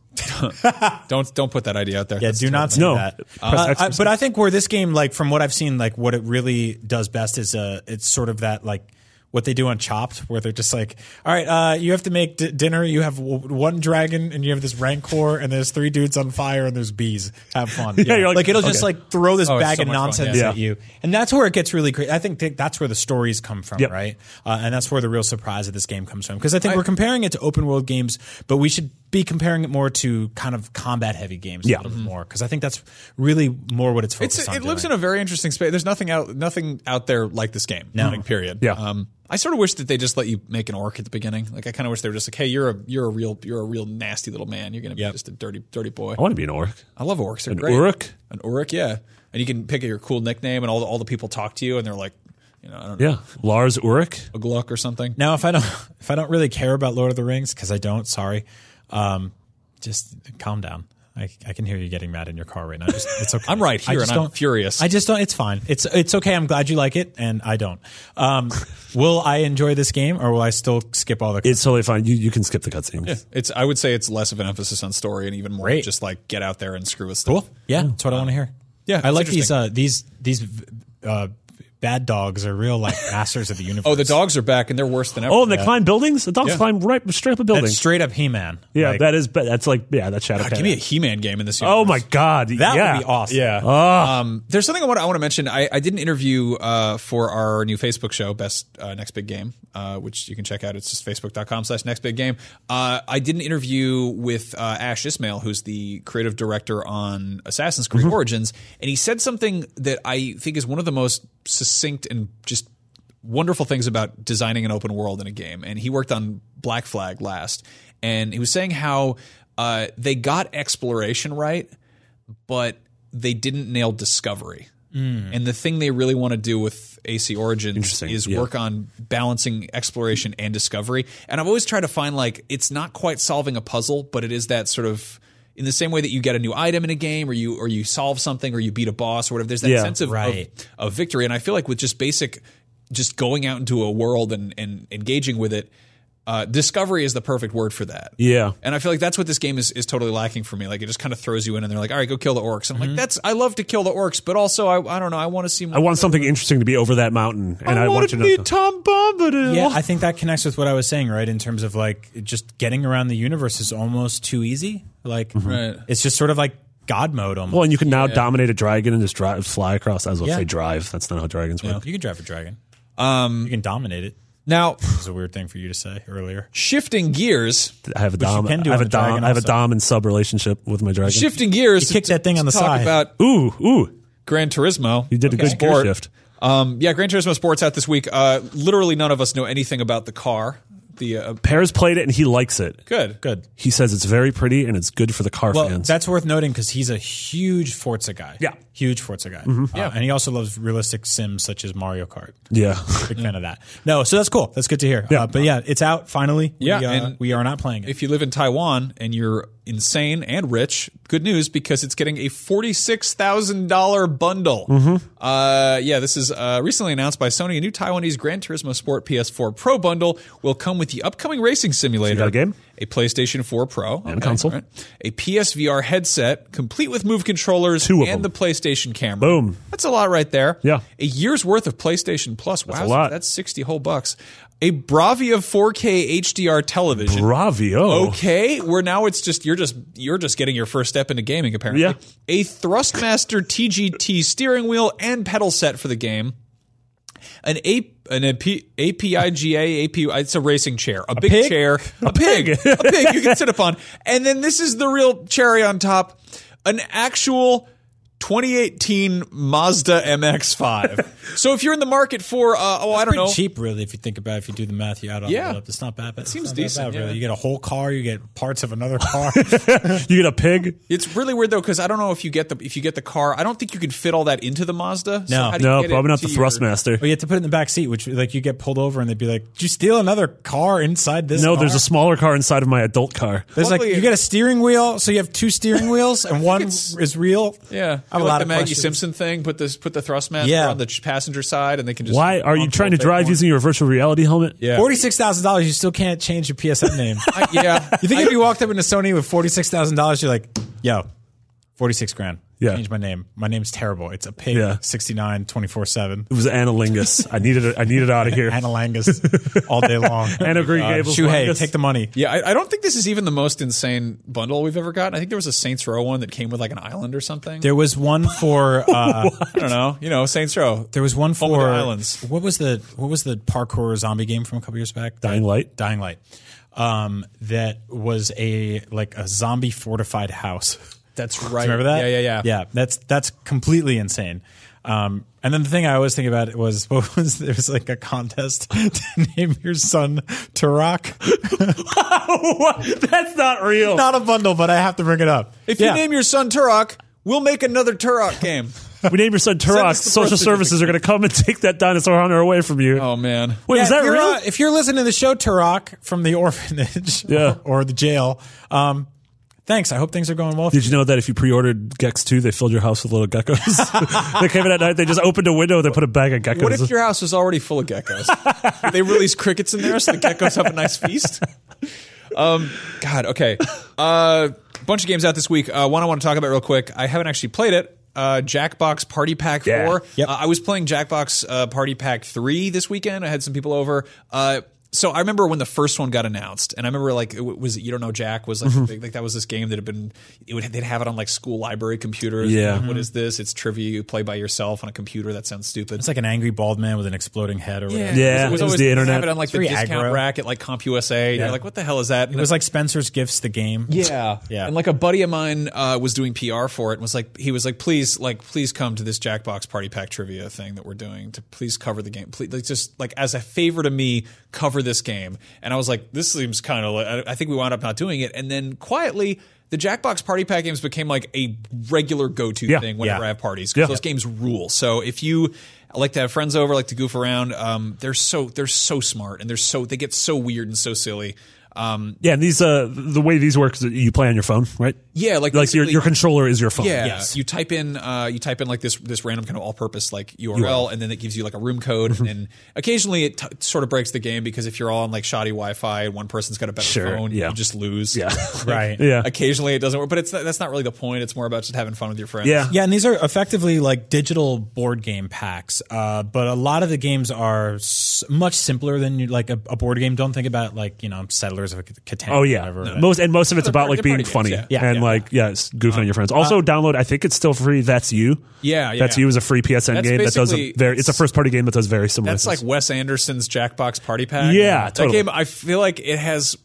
Speaker 3: don't don't put that idea out there.
Speaker 4: Yeah,
Speaker 3: That's
Speaker 4: do not say
Speaker 5: No.
Speaker 4: that.
Speaker 5: Press
Speaker 4: Uh,
Speaker 5: X
Speaker 4: I-
Speaker 5: percent.
Speaker 4: but I think where this game, like from what I've seen, like what it really does best is uh, it's sort of that like what they do on Chopped, where they're just like, all right, uh, you have to make d- dinner. You have w- one dragon, and you have this rancor, and there's three dudes on fire, and there's bees. Have fun. [laughs] yeah,
Speaker 5: you're like,
Speaker 4: like, it'll just
Speaker 5: okay.
Speaker 4: like throw this
Speaker 3: Oh, it's
Speaker 4: bag
Speaker 3: so
Speaker 4: of
Speaker 3: much fun,
Speaker 4: nonsense
Speaker 5: yeah.
Speaker 4: at
Speaker 5: Yeah.
Speaker 4: you, and that's where it gets really crazy. I think th- that's where the stories come from,
Speaker 5: Yep.
Speaker 4: right? Uh, and that's where the real surprise of this game comes from, because I think we're comparing it to open world games, but we should be comparing it more to kind of combat heavy games
Speaker 5: Yeah.
Speaker 4: a little bit more because I think that's really more what it's focused
Speaker 3: It's,
Speaker 4: on.
Speaker 3: it lives in a very interesting space. There's nothing out nothing out there like this game. No. Like, period.
Speaker 5: Yeah.
Speaker 3: Um, I sort of wish that they just let you make an orc at the beginning. Like I kind of wish they were just like, "Hey, you're a you're a real you're a real nasty little man. You're gonna be just a dirty dirty boy."
Speaker 5: I want to be an orc.
Speaker 3: I love orcs. They're
Speaker 5: An
Speaker 3: great.
Speaker 5: Uruk?
Speaker 3: An Uruk, yeah. And you can pick your cool nickname, and all the, all the people talk to you, and they're like, you know, I don't know,
Speaker 5: Yeah. Lars Uruk.
Speaker 3: a Gluck or something.
Speaker 4: now if I don't [laughs] if I don't really care about Lord of the Rings because I don't. Sorry, um, just calm down. I, I can hear you getting mad in your car right now. Just, it's okay.
Speaker 3: [laughs] I'm right
Speaker 4: I
Speaker 3: here,
Speaker 4: just
Speaker 3: and I'm
Speaker 4: don't-
Speaker 3: furious.
Speaker 4: I just don't. It's fine. It's it's okay. I'm glad you like it, and I don't. Um,
Speaker 3: [laughs]
Speaker 4: will I enjoy this game, or will I still skip all the?
Speaker 5: It's totally fine. You you can skip the cutscenes.
Speaker 3: It's I would say it's less of an emphasis on story and even more
Speaker 4: Great.
Speaker 3: just like get out there and screw with stuff.
Speaker 4: Cool. Yeah, that's what I want to hear.
Speaker 3: Oh, Yeah,
Speaker 4: I
Speaker 3: it's
Speaker 4: like these
Speaker 3: interesting.
Speaker 4: uh, these these uh, bad dogs are
Speaker 3: [laughs]
Speaker 4: real like masters of the universe.
Speaker 3: Oh, the dogs are back, and they're worse than ever.
Speaker 5: Oh, and they climb buildings? The dogs
Speaker 3: Yeah.
Speaker 5: climb right straight up a building.
Speaker 4: That's straight up He Man.
Speaker 5: yeah, that is, but that's like, yeah, that's Shadow
Speaker 3: God,
Speaker 5: Cat.
Speaker 3: give me a He-Man game in this. Universe.
Speaker 5: Oh my God.
Speaker 4: that
Speaker 5: yeah.
Speaker 4: would be awesome. Uh,
Speaker 5: Yeah.
Speaker 3: Um, there's something I want, I want to mention. I, I did an interview uh, for our new Facebook show, Best uh, Next Big Game, uh, which you can check out. It's just facebook.com slash next big game. Uh, I did an interview with uh, Ash Ismail, who's the creative director on Assassin's Creed Origins, and he said something that I think is one of the most succinct and just wonderful things about designing an open world in a game. And he worked on Black Flag last, and he was saying how uh, they got exploration right but they didn't nail discovery.
Speaker 5: Hmm.
Speaker 3: And the thing they really want to do with AC Origins is work on balancing exploration and discovery. And I've always tried to find like it's not quite solving a puzzle, but it is that sort of in the same way that you get a new item in a game or you or you solve something or you beat a boss or whatever, there's that
Speaker 5: Yeah,
Speaker 3: sense of, of-
Speaker 4: right.
Speaker 3: of, victory. And I feel like with just basic just going out into a world and, and engaging with it, uh, discovery is the perfect word for that.
Speaker 5: Yeah.
Speaker 3: And I feel like that's what this game is, is totally lacking for me. Like it just kind of throws you in and they're like, all right, go kill the orcs. And I'm like, that's, I love to kill the orcs, but also I, I don't know. I want to see more.
Speaker 5: Mm-hmm. I want something interesting to be over that mountain, and I, want to know.
Speaker 3: Tom Bombadil.
Speaker 4: Yeah, I think that connects with what I was saying, right? In terms of like just getting around the universe is almost too easy. Like
Speaker 3: Right.
Speaker 4: it's just sort of like God mode almost.
Speaker 5: well, and you can now dominate a dragon and just drive, fly across. I was going to
Speaker 4: Yeah.
Speaker 5: say drive. That's not how dragons work.
Speaker 4: you can drive a dragon. Um, you can dominate it.
Speaker 3: Now,
Speaker 4: It's a weird thing for you to say earlier.
Speaker 3: shifting gears,
Speaker 5: I have a
Speaker 4: you
Speaker 5: dom.
Speaker 4: can do
Speaker 5: I have a
Speaker 4: on a dragon
Speaker 5: dom. I have a
Speaker 4: also.
Speaker 5: dom and sub relationship with my dragon.
Speaker 3: shifting gears.
Speaker 4: You kicked
Speaker 3: to-
Speaker 4: that thing on
Speaker 3: to
Speaker 4: the
Speaker 3: talk
Speaker 4: side.
Speaker 3: about
Speaker 5: Ooh, ooh.
Speaker 3: Gran Turismo.
Speaker 5: You did a good gear
Speaker 3: Sport.
Speaker 5: shift.
Speaker 3: Um, yeah, Gran Turismo Sports out this week. Uh, literally none of us know anything about the car. The uh,
Speaker 5: Pears played it and he likes it.
Speaker 3: good,
Speaker 4: Good.
Speaker 5: He says it's very pretty and it's good for the car
Speaker 4: Well,
Speaker 5: fans.
Speaker 4: that's worth noting because he's a huge Forza guy.
Speaker 5: Yeah.
Speaker 4: huge Forza guy. yeah, and he also loves realistic sims such as Mario Kart.
Speaker 5: yeah. [laughs]
Speaker 4: Big fan of that. No, so that's cool. That's good to hear. Uh, but yeah, it's out finally.
Speaker 3: Yeah,
Speaker 4: we, uh,
Speaker 3: and-
Speaker 4: we are not playing it.
Speaker 3: If you live in Taiwan and you're insane and rich, good news because it's getting a forty-six thousand dollar bundle.
Speaker 5: Mm-hmm.
Speaker 3: Uh, yeah, this is uh, recently announced by Sony. A new Taiwanese Gran Turismo Sport PS4 Pro bundle will come with the upcoming racing simulator,
Speaker 5: got a game?
Speaker 3: a PlayStation 4 Pro and
Speaker 5: console.
Speaker 3: a PSVR headset complete with Move controllers
Speaker 5: Two of
Speaker 3: and
Speaker 5: them.
Speaker 3: the PlayStation camera.
Speaker 5: Boom.
Speaker 3: That's a lot right there.
Speaker 5: Yeah.
Speaker 3: A year's worth of PlayStation Plus. Wow.
Speaker 5: a lot.
Speaker 3: That's 60 whole bucks. A Bravia 4K HDR television.
Speaker 5: Bravio.
Speaker 3: okay, where now it's just you're just you're just getting your first step into gaming apparently.
Speaker 5: Yeah.
Speaker 3: A Thrustmaster TGT steering wheel and pedal set for the game. An A an AP, APIGA APU it's a racing chair, a, big
Speaker 6: pig?
Speaker 3: chair, a pig, a pig you can sit upon. And then this is the real cherry on top, an actual 2018 Mazda MX-5. so if you're in the market for uh, oh I don't
Speaker 4: Pretty
Speaker 3: know
Speaker 4: cheap, really, if you think about it. If you do the math, you add all
Speaker 3: Yeah.
Speaker 4: that up. It's not bad. But it
Speaker 3: seems
Speaker 4: not that
Speaker 3: decent,
Speaker 4: Bad,
Speaker 3: yeah.
Speaker 4: really. You get a whole car. You get parts of another car. [laughs]
Speaker 5: You get a pig.
Speaker 3: It's really weird though because I don't know if you get the if you get the car. I don't think you can fit all that into the Mazda. So
Speaker 4: No.
Speaker 3: how do you
Speaker 5: No,
Speaker 3: get it
Speaker 5: probably not the
Speaker 3: to your-
Speaker 5: Thrustmaster.
Speaker 4: But you have to put it in the back seat, which like you get pulled over and they'd be like, "Did you steal another car inside this?"
Speaker 5: No, there's
Speaker 4: car?"
Speaker 5: a smaller car inside of my adult car.
Speaker 4: There's like
Speaker 3: Luckily-
Speaker 4: you got a steering wheel, so you have two steering
Speaker 3: [laughs]
Speaker 4: wheels, and one
Speaker 3: it's-
Speaker 4: is real.
Speaker 3: Yeah,
Speaker 4: I have
Speaker 3: like
Speaker 4: a lot
Speaker 3: the
Speaker 4: of
Speaker 3: Maggie
Speaker 4: questions.
Speaker 3: Simpson thing. Put this put the Thrustmaster
Speaker 4: Yeah.
Speaker 3: on the ch- passenger side, and they can just.
Speaker 5: Why are you
Speaker 3: control
Speaker 5: trying to
Speaker 3: take
Speaker 5: drive
Speaker 3: one.
Speaker 5: using your virtual reality helmet?
Speaker 3: Yeah.
Speaker 4: Forty six thousand dollars, you still can't change your PSN name.
Speaker 3: [laughs] I- yeah,
Speaker 4: you think if you walked up into Sony with forty six thousand dollars, you're like, "Yo, forty six grand,
Speaker 5: Yeah.
Speaker 4: change my name. My name's terrible. It's a pig.
Speaker 5: Yeah.
Speaker 4: Sixty nine twenty four seven.
Speaker 5: It was
Speaker 3: [laughs]
Speaker 5: analingus. I needed it. I needed out of here.
Speaker 4: Analangus all
Speaker 3: [laughs]
Speaker 4: day long.
Speaker 5: Anna Green Gables
Speaker 4: Uh, Shuhei,
Speaker 5: Langus.
Speaker 4: take the money.
Speaker 3: yeah. I, I don't think this is even the most insane bundle we've ever gotten. I think there was a Saints Row one that came with like an island or something.
Speaker 4: There was one [laughs] for. Uh,
Speaker 3: I don't know. You know, Saints Row.
Speaker 4: There was one
Speaker 3: with
Speaker 4: for
Speaker 3: the islands.
Speaker 4: What was the what was the parkour zombie game from a couple years back?
Speaker 5: Dying Light?
Speaker 4: Dying Light. Um, that was a like a zombie fortified house. [laughs]
Speaker 3: That's
Speaker 4: Do
Speaker 3: right.
Speaker 4: you remember that?
Speaker 3: Yeah, yeah, yeah.
Speaker 4: Yeah, that's that's completely insane. Um, and then the thing I always think about was [laughs] what was there was like a contest [laughs] to name your son Turok.
Speaker 5: [laughs] That's not real.
Speaker 4: Not a bundle, but I have to bring it up.
Speaker 3: If
Speaker 4: Yeah.
Speaker 3: you name your son Turok, we'll make another Turok game.
Speaker 5: [laughs] We name your son Turok.
Speaker 3: us the
Speaker 5: Social
Speaker 3: birth
Speaker 5: services are going to come and take that dinosaur hunter away from you.
Speaker 3: oh man.
Speaker 5: Wait, is
Speaker 4: Yeah,
Speaker 5: that
Speaker 4: if you're,
Speaker 5: real?
Speaker 4: uh, if you're listening to the show, Turok from the orphanage,
Speaker 5: [laughs] Yeah.
Speaker 4: [laughs] or, the jail, um, thanks. I hope things are going well. for
Speaker 5: Did you know that if you pre-ordered Gex 2, they filled your house with little geckos? [laughs] they came in at night, they just opened a window, they put a bag of geckos.
Speaker 3: What if your house was already full of geckos?
Speaker 5: [laughs]
Speaker 3: they release crickets in there, so the geckos have a nice feast. Um, God, okay. Uh, bunch of games out this week. Uh, one I want to talk about real quick. I haven't actually played it. Uh, Jackbox Party Pack
Speaker 5: Yeah.
Speaker 3: Four.
Speaker 4: Yep.
Speaker 3: Uh, I was playing Jackbox uh, Party Pack Three this weekend. I had some people over. Uh, so I remember when the first one got announced, and I remember like it w- was it you don't know Jack was like,
Speaker 5: Mm-hmm.
Speaker 3: the big- like that was this game that had been it would they'd have it on like school library computers.
Speaker 5: Yeah. Mm-hmm.
Speaker 3: Like, what is this? It's trivia you play by yourself on a computer. That sounds stupid.
Speaker 4: It's like an angry bald man with an exploding head or whatever.
Speaker 5: Yeah, it was
Speaker 3: always-
Speaker 5: the
Speaker 3: they have
Speaker 5: internet.
Speaker 3: it on like the
Speaker 4: It's very
Speaker 3: discount
Speaker 4: aggro.
Speaker 3: rack at like CompUSA. You're like, what the hell is that?
Speaker 4: It was like Spencer's Gifts, the game.
Speaker 3: yeah,
Speaker 4: Yeah.
Speaker 3: And like a buddy of mine uh, was doing PR for it, and was like, he was like, please, like, please come to this Jackbox Party Pack trivia thing that we're doing to please cover the game. Please, like, just like as a favor to me, cover this game. And I was like, this seems kind of. Like, I I think we wound up not doing it, and then quietly. The Jackbox Party Pack games became like a regular go-to
Speaker 5: Yeah.
Speaker 3: thing whenever
Speaker 4: Yeah.
Speaker 3: I have parties because
Speaker 5: Yeah.
Speaker 3: those games rule. So if you like to have friends over, like to goof around, um, they're so they're so smart and they're so they get so weird and so silly. Um,
Speaker 5: yeah, and these uh, the way these work is that you play on your phone, right?
Speaker 3: Yeah, like
Speaker 5: like your,
Speaker 3: basically-
Speaker 5: your controller is your phone.
Speaker 3: Yeah, you type in uh, you type in like this this random kind of all purpose like URL, and then it gives you like a room code,
Speaker 5: Mm-hmm.
Speaker 3: and then occasionally it t- sort of breaks the game because if you're all on like shoddy Wi-Fi and one person's got a better
Speaker 5: Sure,
Speaker 3: phone,
Speaker 5: yeah.
Speaker 3: you just lose. [laughs]
Speaker 5: Yeah.
Speaker 4: Right.
Speaker 5: Yeah.
Speaker 3: Occasionally it doesn't work, but it's not, that's not really the point. It's more about just having fun with your friends.
Speaker 5: Yeah.
Speaker 4: Yeah, and these are effectively like digital board game packs, uh, but a lot of the games are s- much simpler than you, like a, a board game. Don't think about like you know Settlers of Catan.
Speaker 5: Oh
Speaker 4: or
Speaker 5: yeah,
Speaker 4: whatever.
Speaker 5: most and most of it's about like
Speaker 3: they're
Speaker 5: being
Speaker 3: party
Speaker 5: funny
Speaker 3: games,
Speaker 4: yeah.
Speaker 5: and
Speaker 4: Yeah.
Speaker 5: like yeah, it's goofing on your friends. Also, download. I think it's still free. That's you.
Speaker 3: Uh, Yeah, yeah.
Speaker 5: That's you is a free PSN
Speaker 3: That's
Speaker 5: game that does a
Speaker 3: basically-
Speaker 5: very. It's a first party game that does very similar.
Speaker 3: That's like
Speaker 5: things.
Speaker 3: Wes Anderson's Jackbox Party Pack.
Speaker 5: Yeah,
Speaker 3: that
Speaker 5: totally.
Speaker 3: game. I feel like it has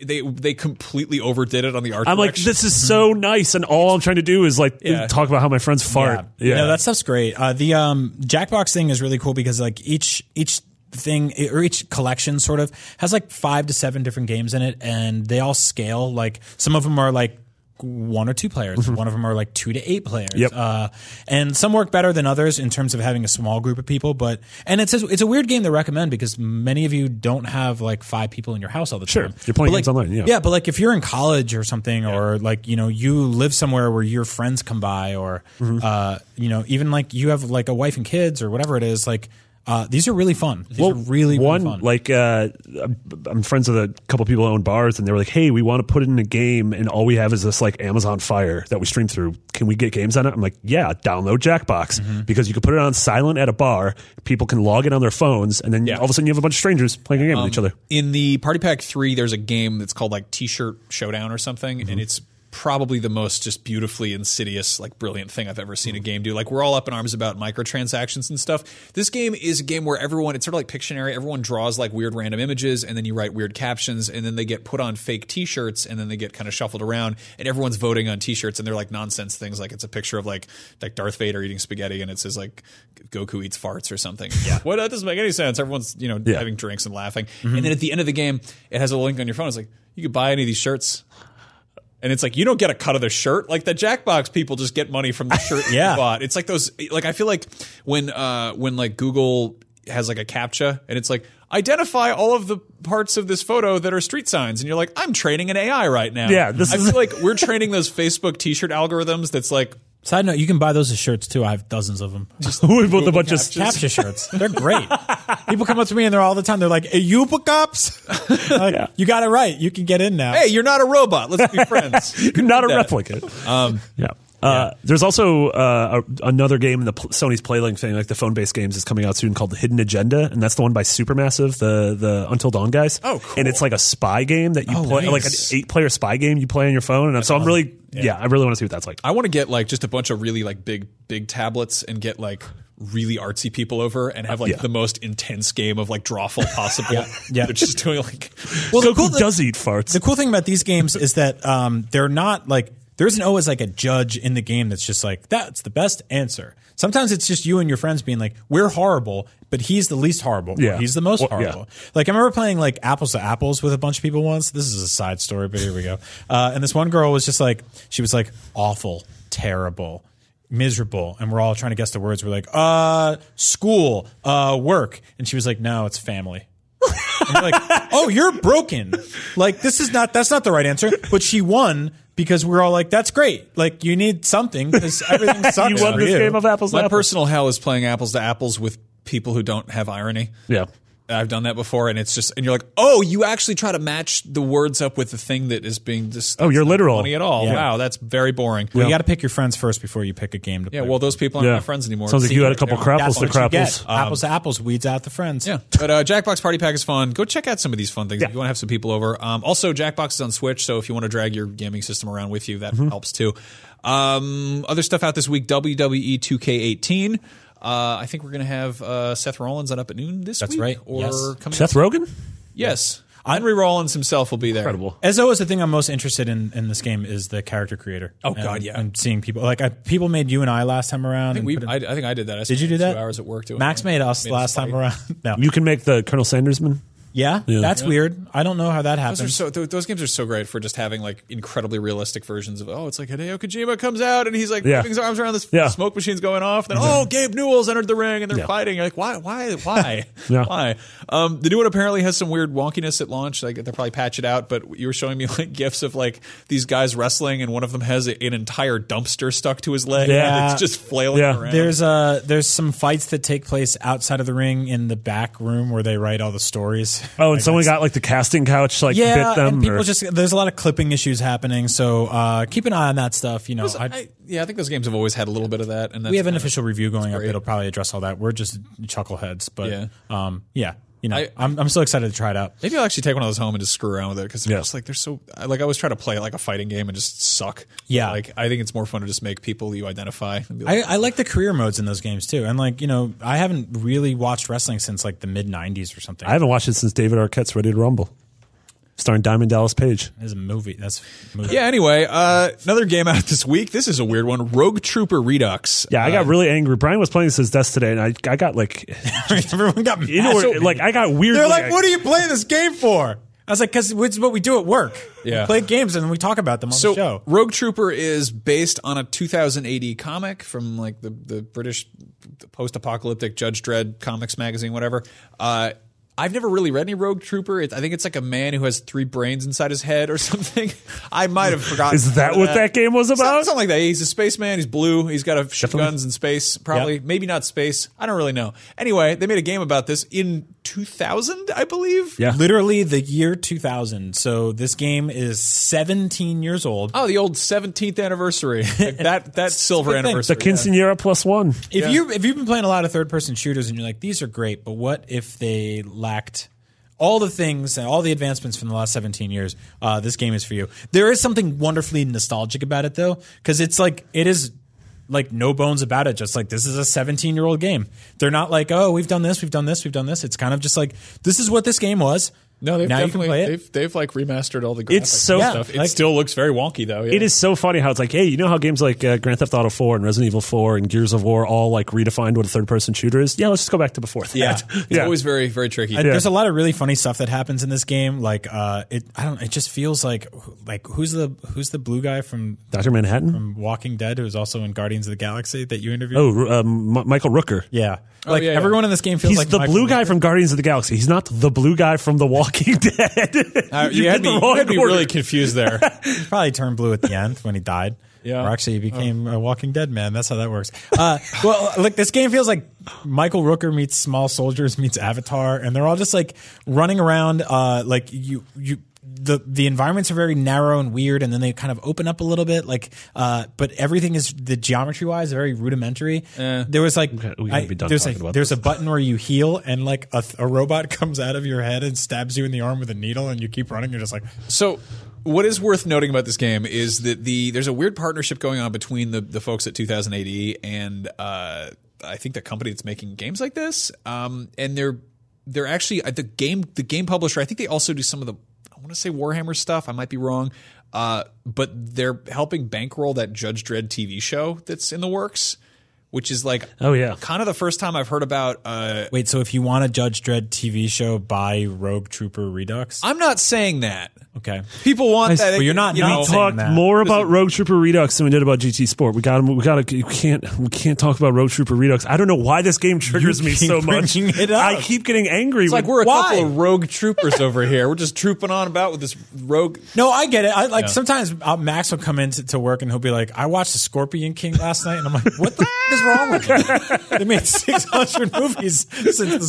Speaker 3: they they completely overdid it on the art.
Speaker 5: I'm like,
Speaker 3: direction.
Speaker 5: this is so nice, and all I'm trying to do is like
Speaker 3: Yeah.
Speaker 5: talk about how my friends fart. Yeah,
Speaker 4: No, that stuff's great. Uh, the um, Jackbox thing is really cool because like each each thing e-, or each collection sort of has like five to seven different games in it, and they all scale. Like some of them are like one or two players, one of them are like two to eight players.
Speaker 5: Mm-hmm. Yep.
Speaker 4: Uh, and some work better than others in terms of having a small group of people. But and it's a, it's a weird game to recommend because many of you don't have like five people in your house all the
Speaker 5: Sure.
Speaker 4: time.
Speaker 5: You're playing
Speaker 4: But,
Speaker 5: games
Speaker 4: like,
Speaker 5: online, yeah.
Speaker 4: Yeah, yeah, but like if you're in college or something, or like you know you live somewhere where your friends come by, or uh, you know even like you have like a wife and kids or whatever it is, like Uh, these are really fun. These are really, really
Speaker 5: one
Speaker 4: fun.
Speaker 5: like uh, I'm- I'm friends with a couple people that own bars, and they were like, "Hey, we want to put it in a game, and all we have is this like Amazon Fire that we stream through. Can we get games on it?" I'm like, "Yeah, download Jackbox
Speaker 4: Mm-hmm.
Speaker 5: because you can put it on silent at a bar. People can log in on their phones, and then all of a sudden you have a bunch of strangers playing a game
Speaker 4: Um,
Speaker 5: with each other. [laughs]
Speaker 3: in the Party Pack 3, there's a game that's called like T shirt showdown or something, and it's probably the most just beautifully insidious, like brilliant thing I've ever seen a game do. Like we're all up in arms about microtransactions and stuff. This game is a game where everyone it's sort of like Pictionary, everyone draws like weird random images and then you write weird captions and then they get put on fake t shirts and then they get kind of shuffled around and everyone's voting on t shirts and they're like nonsense things like it's a picture of like like Darth Vader eating spaghetti and it says like Goku eats farts or something. Yeah. What that doesn't make any sense. Everyone's, you know, having drinks and laughing. And then at the end of the game, it has a link on your phone. It's like, you could buy any of these shirts. And it's like you don't get a cut of the shirt. Like the Jackbox people just get money
Speaker 5: [laughs]
Speaker 3: from the shirt yeah.
Speaker 4: Yeah.
Speaker 3: you bought. It's like those like I feel like when uh when like Google has like a captcha and it's like identify all of the parts of this photo that are street signs and you're like I'm training an AI right now.
Speaker 5: Yeah, this
Speaker 3: I
Speaker 5: is-
Speaker 3: feel like we're training those Facebook t-shirt algorithms that's like
Speaker 4: Side note: You can buy those as shirts too. I have dozens of them.
Speaker 5: we built a bunch of [laughs]
Speaker 4: capture shirts. They're great. People come up to me and they're all the time. They're like, hey, "You book ups? I'm like, You got it right. You can get in now."
Speaker 3: hey, you're not a robot. Let's be
Speaker 5: [laughs]
Speaker 3: friends. You can
Speaker 5: not a
Speaker 3: do that.
Speaker 5: replicant.
Speaker 4: Um,
Speaker 5: yeah. Uh, There's also uh, a, another game in the pl- Sony's Playlink thing, like the phone-based games, is coming out soon called The Hidden Agenda, and that's the one by Supermassive, the the Until Dawn guys.
Speaker 3: Oh, cool.
Speaker 5: And it's like a spy game that you
Speaker 4: Oh,
Speaker 5: play, like an
Speaker 3: nice.
Speaker 5: eight-player spy game you play on your phone. And so I'm really, yeah. I really want to see what that's like.
Speaker 3: I want to get like just a bunch of really like big big tablets and get like really artsy people over and have like
Speaker 5: Yeah.
Speaker 3: the most intense game of like drawful
Speaker 5: [laughs]
Speaker 3: possible.
Speaker 4: yeah.
Speaker 3: They're just doing like
Speaker 4: Well, the
Speaker 5: Goku
Speaker 4: cool, the,
Speaker 5: does eat farts.
Speaker 4: the cool thing about these games is that um, they're not like there isn't always like a judge in the game that's just like that's the best answer. Sometimes it's just you and your friends being like, "We're horrible," but he's the least horrible. or
Speaker 5: Yeah.
Speaker 4: he's the most
Speaker 5: Well, yeah.
Speaker 4: horrible. Like I remember playing like apples to apples with a bunch of people once. This is a side story, but here we go. [laughs] Uh, and this one girl was just like, she was like awful, terrible, miserable, and we're all trying to guess the words. We're like, uh, school, uh, work, and she was like, no, it's family. And you're like, oh, you're broken. Like this is not that's not the right answer. But she won because we're all like, that's great. Like you need something because everything
Speaker 5: [laughs]
Speaker 4: sucks.
Speaker 5: you won
Speaker 4: for
Speaker 5: this
Speaker 4: you.
Speaker 5: game of apples. to
Speaker 3: my
Speaker 5: apples.
Speaker 3: personal hell is playing apples to apples with people who don't have irony.
Speaker 5: yeah.
Speaker 3: I've done that before, and it's just, and you're like, oh, you actually try to match the words up with the thing that is being just.
Speaker 5: Oh, you're
Speaker 3: that's not
Speaker 5: literal.
Speaker 3: Funny at all?
Speaker 4: Yeah.
Speaker 3: Wow, that's very boring.
Speaker 4: Well,
Speaker 3: Yeah.
Speaker 4: you got to pick your friends first before you pick a game to play.
Speaker 3: well, those people aren't
Speaker 5: Yeah.
Speaker 3: my friends anymore.
Speaker 5: Sounds like you had a couple
Speaker 3: Yeah.
Speaker 5: crap-
Speaker 4: That's
Speaker 5: apples to
Speaker 4: what you
Speaker 5: crapples.
Speaker 4: get. apples to apples weeds out the friends.
Speaker 3: Um, Yeah, but uh, Jackbox Party Pack is fun. Go check out some of these fun things if you want to have some people over. Um, also, Jackbox is on Switch, so if you want to drag your gaming system around with you, that
Speaker 5: Mm-hmm.
Speaker 3: helps too. Um, other stuff out this week: E WWE 2K18. Uh, I think we're gonna have uh, Seth Rollins on up at noon this
Speaker 4: That's
Speaker 3: week.
Speaker 4: right.
Speaker 3: Or
Speaker 4: Yes.
Speaker 3: coming
Speaker 5: Seth Rogen.
Speaker 3: Yes, Henry Rollins himself will be there.
Speaker 5: Incredible.
Speaker 4: As always, the thing I'm most interested in in this game is the character creator. Oh
Speaker 3: God, yeah.
Speaker 4: And seeing people like I, people made you and I last time around.
Speaker 3: I
Speaker 4: and
Speaker 3: think, we,
Speaker 4: put it-
Speaker 3: I, I think I did that. I
Speaker 4: did you do that?
Speaker 3: Two hours at work doing.
Speaker 4: Max
Speaker 3: that.
Speaker 4: made us
Speaker 3: Made us
Speaker 4: last time
Speaker 3: fight.
Speaker 4: around. [laughs] no,
Speaker 5: You can make the Colonel Sandersman.
Speaker 4: yeah, that's weird. I don't know how that happened.
Speaker 3: Those are so th- those games are so great for just having like incredibly realistic versions of oh it's like Hideo Kojima comes out and he's like
Speaker 5: Yeah.
Speaker 3: waving his arms around this
Speaker 5: Yeah.
Speaker 3: smoke machine's going off then oh Gabe Newell's entered the ring and they're fighting You're like why why
Speaker 4: [laughs]
Speaker 3: why
Speaker 5: Yeah.
Speaker 3: why um, the new one apparently has some weird wonkiness at launch like they'll probably patch it out but you were showing me [laughs] like gifs of like these guys wrestling and one of them has a, an entire dumpster stuck to his leg
Speaker 4: Yeah.
Speaker 3: and it's just flailing
Speaker 5: Yeah.
Speaker 3: around
Speaker 4: There's uh there's some fights that take place outside of the ring in the back room where they write all the stories.
Speaker 5: Oh, and
Speaker 4: I
Speaker 5: someone
Speaker 4: guess.
Speaker 5: got like the casting couch, like
Speaker 4: [laughs] yeah,
Speaker 5: bit them.
Speaker 4: and people
Speaker 5: or-
Speaker 4: just there's a lot of clipping issues happening, so uh, keep an eye on that stuff. You know, I,
Speaker 3: I, yeah I think those games have always had a little bit of that and that's
Speaker 4: we have an
Speaker 3: kind of-
Speaker 4: official review going up
Speaker 3: great.
Speaker 4: that'll probably address all that. We're just chuckleheads, but
Speaker 3: Yeah.
Speaker 4: yeah, um, yeah you know,
Speaker 3: I-
Speaker 4: I, am I'm so excited to try it out.
Speaker 3: Maybe I'll actually take one of those home and just screw around with it because
Speaker 5: Yeah.
Speaker 3: just like they're so I- like I always try to play like a fighting game and just suck.
Speaker 4: Yeah.
Speaker 3: like I think it's more fun to just make people you identify. And be like,
Speaker 4: I, I like the career modes in those games too, and like you know, I haven't really watched wrestling since like the mid '90s or something.
Speaker 5: I haven't watched it since David Arquette's Ready to Rumble, starring Diamond Dallas Page.
Speaker 4: That's a movie. That's a movie.
Speaker 3: yeah. Anyway, uh, another game out this week. This is a weird one. Rogue Trooper Redux. Uh,
Speaker 5: Yeah, I got really angry. Brian was playing this his desk today, and I, I got
Speaker 3: [laughs]
Speaker 5: like,
Speaker 4: [laughs] everyone got mad.
Speaker 5: you know, like I got weird.
Speaker 4: They're like, "What are you playing this game for?" I was like, "Because it's what we do at work.
Speaker 3: Yeah.
Speaker 4: we play games and we talk about them on
Speaker 3: So
Speaker 4: the show."
Speaker 3: Rogue Trooper is based on a 2080 comic from like the the British post-apocalyptic Judge Dredd comics magazine, whatever. Uh, I've never really read any Rogue Trooper. It's I think it's like a man who has three brains inside his head or [laughs] something. I might have forgotten.
Speaker 5: Is that
Speaker 3: about
Speaker 5: what that game was
Speaker 3: Something-
Speaker 5: about?
Speaker 3: Something like that. He's a spaceman. He's blue. He's got a shoot guns in space. Probably, maybe not space. I don't really know. Anyway, they made a game about this in 2000, I believe.
Speaker 5: Yeah.
Speaker 4: Literally the year 2000. So this game is 17 years old.
Speaker 3: Oh, the old 17th anniversary. [laughs] Like that that silver
Speaker 4: thing. The
Speaker 3: anniversary.
Speaker 5: the quinceanera plus one.
Speaker 4: If you if you've been playing a lot of third person shooters and you're like these are great, but what if they lacked all the things and all the advancements from the last 17 years? Uh, this game is for you. There is something wonderfully nostalgic about it though, because it's like it is like no bones about it. Just like this is a 17 year old game. They're not like oh we've done this, we've done this, we've done this. It's kind of just like this is what this game was.
Speaker 3: No, they've
Speaker 4: now you can
Speaker 3: definitely
Speaker 4: play it.
Speaker 3: they've they've like remastered all the graphics.
Speaker 5: It's so-
Speaker 3: and
Speaker 5: Yeah,
Speaker 3: stuff. It
Speaker 4: like-
Speaker 3: still looks very wonky though. yeah.
Speaker 5: It is so funny how it's like, hey, you know how games like uh, Grand Theft Auto 4 and Resident Evil 4 and Gears of War all like redefined what a third person shooter is? Yeah, let's just go back to before that. [laughs]
Speaker 3: Yeah, it's
Speaker 5: yeah.
Speaker 3: always very very tricky.
Speaker 4: And There's a lot of really funny stuff that happens in this game. Like uh, it, I don't. It just feels like like who's the who's the blue guy from
Speaker 5: Dr. Manhattan?
Speaker 4: Walking Dead, who's also in Guardians of the Galaxy that you interviewed.
Speaker 5: Oh, um, M- Michael Rooker.
Speaker 4: yeah. like
Speaker 3: yeah, yeah.
Speaker 4: everyone in this game feels
Speaker 5: He's
Speaker 4: like
Speaker 5: the
Speaker 4: Michael
Speaker 5: blue guy
Speaker 4: Rooker.
Speaker 5: from Guardians of the Galaxy. He's not the blue guy from The Walking [laughs] Dead.
Speaker 3: Uh, you,
Speaker 5: did
Speaker 3: had
Speaker 5: the
Speaker 3: me, you
Speaker 5: wrong
Speaker 3: had me
Speaker 5: order.
Speaker 3: really confused
Speaker 5: [laughs]
Speaker 3: there.
Speaker 4: He probably turned blue at the end when he died.
Speaker 3: Yeah.
Speaker 4: Or actually, he became
Speaker 5: Oh.
Speaker 4: a Walking Dead man. That's how that works. Uh, [laughs] well, look, this game feels like Michael Rooker meets Small Soldiers meets Avatar, and they're all just like running around. Uh, like you, you. The, the environments are very narrow and weird, and then they kind of open up a little bit. Like, uh, but everything is the geometry wise very rudimentary.
Speaker 5: Eh.
Speaker 4: there was like,
Speaker 5: we gotta
Speaker 4: I,
Speaker 5: be done
Speaker 4: there's,
Speaker 5: talking
Speaker 4: like
Speaker 5: about
Speaker 4: there's a button where you heal, and like a, a robot [laughs] comes out of your head and stabs you in the arm with a needle, and you keep running. You're just like,
Speaker 3: So, what is worth noting about this game is that the there's a weird partnership going on between the the folks at 2080 and uh, I think the company that's making games like this, um, and they're they're actually uh, the game the game publisher. I think they also do some of the I want to say Warhammer stuff. I might be wrong. Uh, but they're helping bankroll that Judge Dredd TV show that's in the works, which is like,
Speaker 5: Oh, yeah.
Speaker 3: kind of the first time I've heard about uh,
Speaker 4: Wait, so if you want a Judge Dredd TV show, buy Rogue Trooper Redux.
Speaker 3: I'm not saying that.
Speaker 4: okay.
Speaker 3: People want that.
Speaker 4: Well, you're not
Speaker 3: You
Speaker 4: not
Speaker 3: know,
Speaker 4: saying
Speaker 5: talked
Speaker 4: that.
Speaker 5: more about Rogue Trooper Redux than we did about GT Sport. We got him. We got to. We can't. We can't talk about Rogue Trooper Redux. I don't know why this game triggers me
Speaker 4: keep
Speaker 5: so much.
Speaker 4: bringing it up.
Speaker 5: I keep getting angry.
Speaker 3: It's like
Speaker 5: when-
Speaker 3: we're a
Speaker 4: Why?
Speaker 3: couple of rogue troopers over here. We're just trooping on about with this rogue.
Speaker 4: No, I get it. I like sometimes uh, Max will come into to work and he'll be like, "I watched The Scorpion King last night," and I'm like, "What the f- is wrong with
Speaker 5: [laughs]
Speaker 4: you? They made 600 movies since The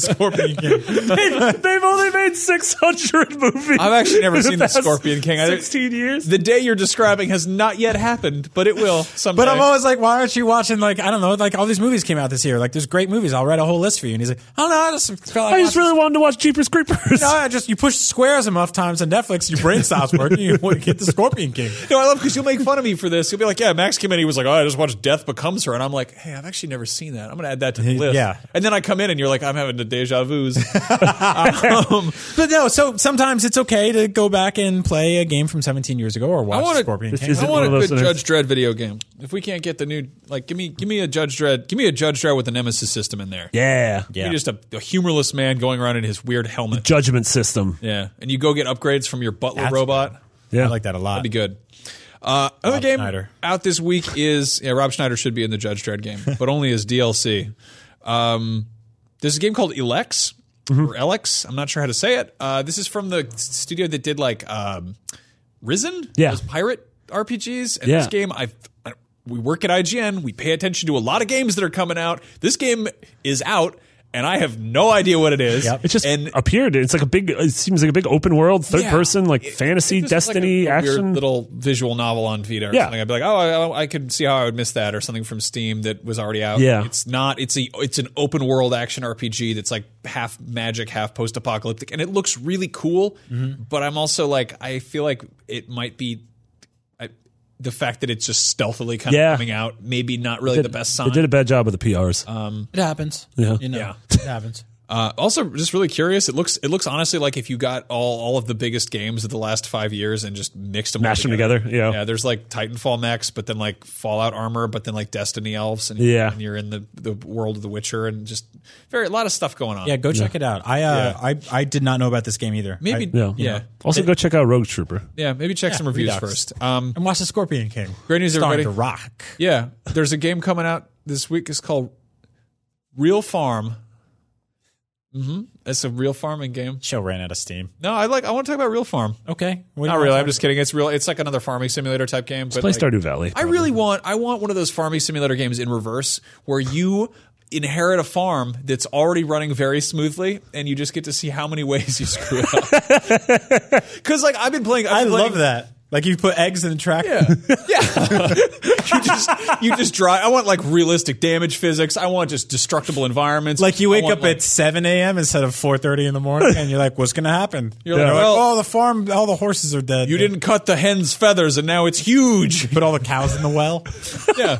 Speaker 5: [laughs]
Speaker 4: Scorpion King."
Speaker 5: they've, they've only made six hundred [laughs] movies.
Speaker 3: I've actually never
Speaker 5: in
Speaker 3: seen the
Speaker 5: past
Speaker 3: Scorpion King. I-
Speaker 5: Sixteen years.
Speaker 3: The day you're describing has not yet happened, but it will someday.
Speaker 4: But I'm always like, "Why aren't you watching like I don't know, like all these movies came out this year. Like there's great movies. I'll write a whole list for you." And he's like, "I don't know. I just felt like
Speaker 5: I just
Speaker 4: watching
Speaker 5: really wanted to watch Jeepers Creepers.
Speaker 4: No, I just you push squares enough times on Netflix, your brain stops working. You want to get the Scorpion King.
Speaker 3: no, "Oh, I love because you'll make fun of me for this. You'll be like, "Yeah, Max came in. He was like, oh, I just watched Death Becomes Her,' and I'm like, "Hey, I've actually never seen that. I'm going to add that to the list."
Speaker 4: Yeah.
Speaker 3: And then I come in and you're like, "I'm having the deja vu's." [laughs] Um,
Speaker 4: But no, so sometimes it's okay to go back and play a game from 17 years ago or watch
Speaker 3: I want
Speaker 4: Scorpion
Speaker 5: This
Speaker 4: King.
Speaker 5: is-
Speaker 3: I
Speaker 5: it
Speaker 3: want
Speaker 5: one
Speaker 3: a
Speaker 5: of
Speaker 3: good
Speaker 5: those
Speaker 3: Judge Dredd video game. If we can't get the new, like, give me give me a Judge Dredd, give me a Judge Dredd with the Nemesis system in there.
Speaker 5: [laughs] yeah.
Speaker 3: Give me just a, a humorless man going around in his weird helmet.
Speaker 5: Judgment system.
Speaker 3: Yeah, and you go get upgrades from your butler robot.
Speaker 5: Yeah.
Speaker 4: I like that a lot.
Speaker 3: That'd be good. Uh, other game
Speaker 4: Schneider.
Speaker 3: out this week is yeah, Rob Schneider should be in the Judge Dredd
Speaker 5: [laughs]
Speaker 3: game, but only as DLC. Um, there's a game called Elex
Speaker 5: Mm-hmm.
Speaker 3: or Elex. I'm not sure how to say it. Uh, this is from the studio that did like um, Risen,
Speaker 5: Yeah.
Speaker 3: those pirate RPGs. And
Speaker 5: Yeah.
Speaker 3: this game, I've. I, we work at IGN. We pay attention to a lot of games that are coming out. This game is out, and I have no idea what it is.
Speaker 5: It just
Speaker 3: and
Speaker 5: appeared. It's like a big. It seems like a big open world, third
Speaker 3: yeah.
Speaker 5: person, like
Speaker 3: It-
Speaker 5: fantasy,
Speaker 3: it was just like
Speaker 5: destiny,
Speaker 3: a- a weird
Speaker 5: action.
Speaker 3: little visual novel on Vita or
Speaker 5: Yeah.
Speaker 3: something. I'd be like, oh, I, I could see how I would miss that or something from Steam that was already out.
Speaker 5: Yeah.
Speaker 3: it's not. It's a it's an open world action RPG that's like half magic, half post apocalyptic, and it looks really cool.
Speaker 5: Mm-hmm.
Speaker 3: But I'm also like, I feel like it might be. I, the fact that it's just stealthily kind
Speaker 5: Yeah.
Speaker 3: of coming out, maybe not really the best sign.
Speaker 5: They did a bad job with the PRs.
Speaker 4: it happens.
Speaker 5: Yeah.
Speaker 4: You know,
Speaker 3: Yeah.
Speaker 4: it happens.
Speaker 3: Uh, also, just really curious. It looks it looks honestly like if you got all all of the biggest games of the last five years and just mixed them
Speaker 5: Mashed
Speaker 3: all
Speaker 5: 'em
Speaker 3: together.
Speaker 5: together, yeah.
Speaker 3: There's like Titanfall next, but then like Fallout Armor, but then like Destiny Elves, and
Speaker 5: Yeah.
Speaker 3: and you're in the the world of The Witcher, and just very a lot of stuff going on.
Speaker 4: Yeah, go check it out. I, uh, I I did not know about this game either.
Speaker 3: maybe
Speaker 4: I,
Speaker 5: yeah.
Speaker 3: yeah yeah,
Speaker 5: Also, go check out Rogue Trooper.
Speaker 3: maybe check some reviews
Speaker 4: Redux.
Speaker 3: first. Um,
Speaker 4: and watch The Scorpion King.
Speaker 3: Great news,
Speaker 4: Starring
Speaker 3: everybody.
Speaker 4: The Rock.
Speaker 3: yeah, there's a game coming out this week. It's called Real Farm. Mm-hmm. It's a real farming game.
Speaker 4: Show ran out of steam.
Speaker 3: No, I like. I want to talk about real farm.
Speaker 4: Okay. What do
Speaker 3: Not
Speaker 4: you
Speaker 3: really.
Speaker 4: want
Speaker 3: I'm just kidding. It's real. It's like another farming simulator type game. But
Speaker 5: Play
Speaker 3: like,
Speaker 5: Stardew Valley.
Speaker 3: I really want I want one of those farming simulator games in reverse where you inherit a farm that's already running very smoothly and you just get to see how many [laughs] ways you screw it up. Cuz like I've been playing I've
Speaker 4: I
Speaker 3: been
Speaker 4: love
Speaker 3: playing-
Speaker 4: that. Like you put eggs in a track.
Speaker 3: You just you just drive I want like realistic damage physics. I want just destructible environments.
Speaker 4: Like you
Speaker 3: I
Speaker 4: wake
Speaker 3: want,
Speaker 4: up
Speaker 3: like-
Speaker 4: at 7 a.m. instead of 4:30 in the morning, and you're like, "What's
Speaker 3: [laughs]
Speaker 4: gonna happen?" You're
Speaker 3: like, well-
Speaker 4: "Oh, the farm, all the horses are dead.
Speaker 3: you didn't cut the hen's feathers and now it's huge.
Speaker 4: [laughs] put all the cows in the well."
Speaker 3: yeah.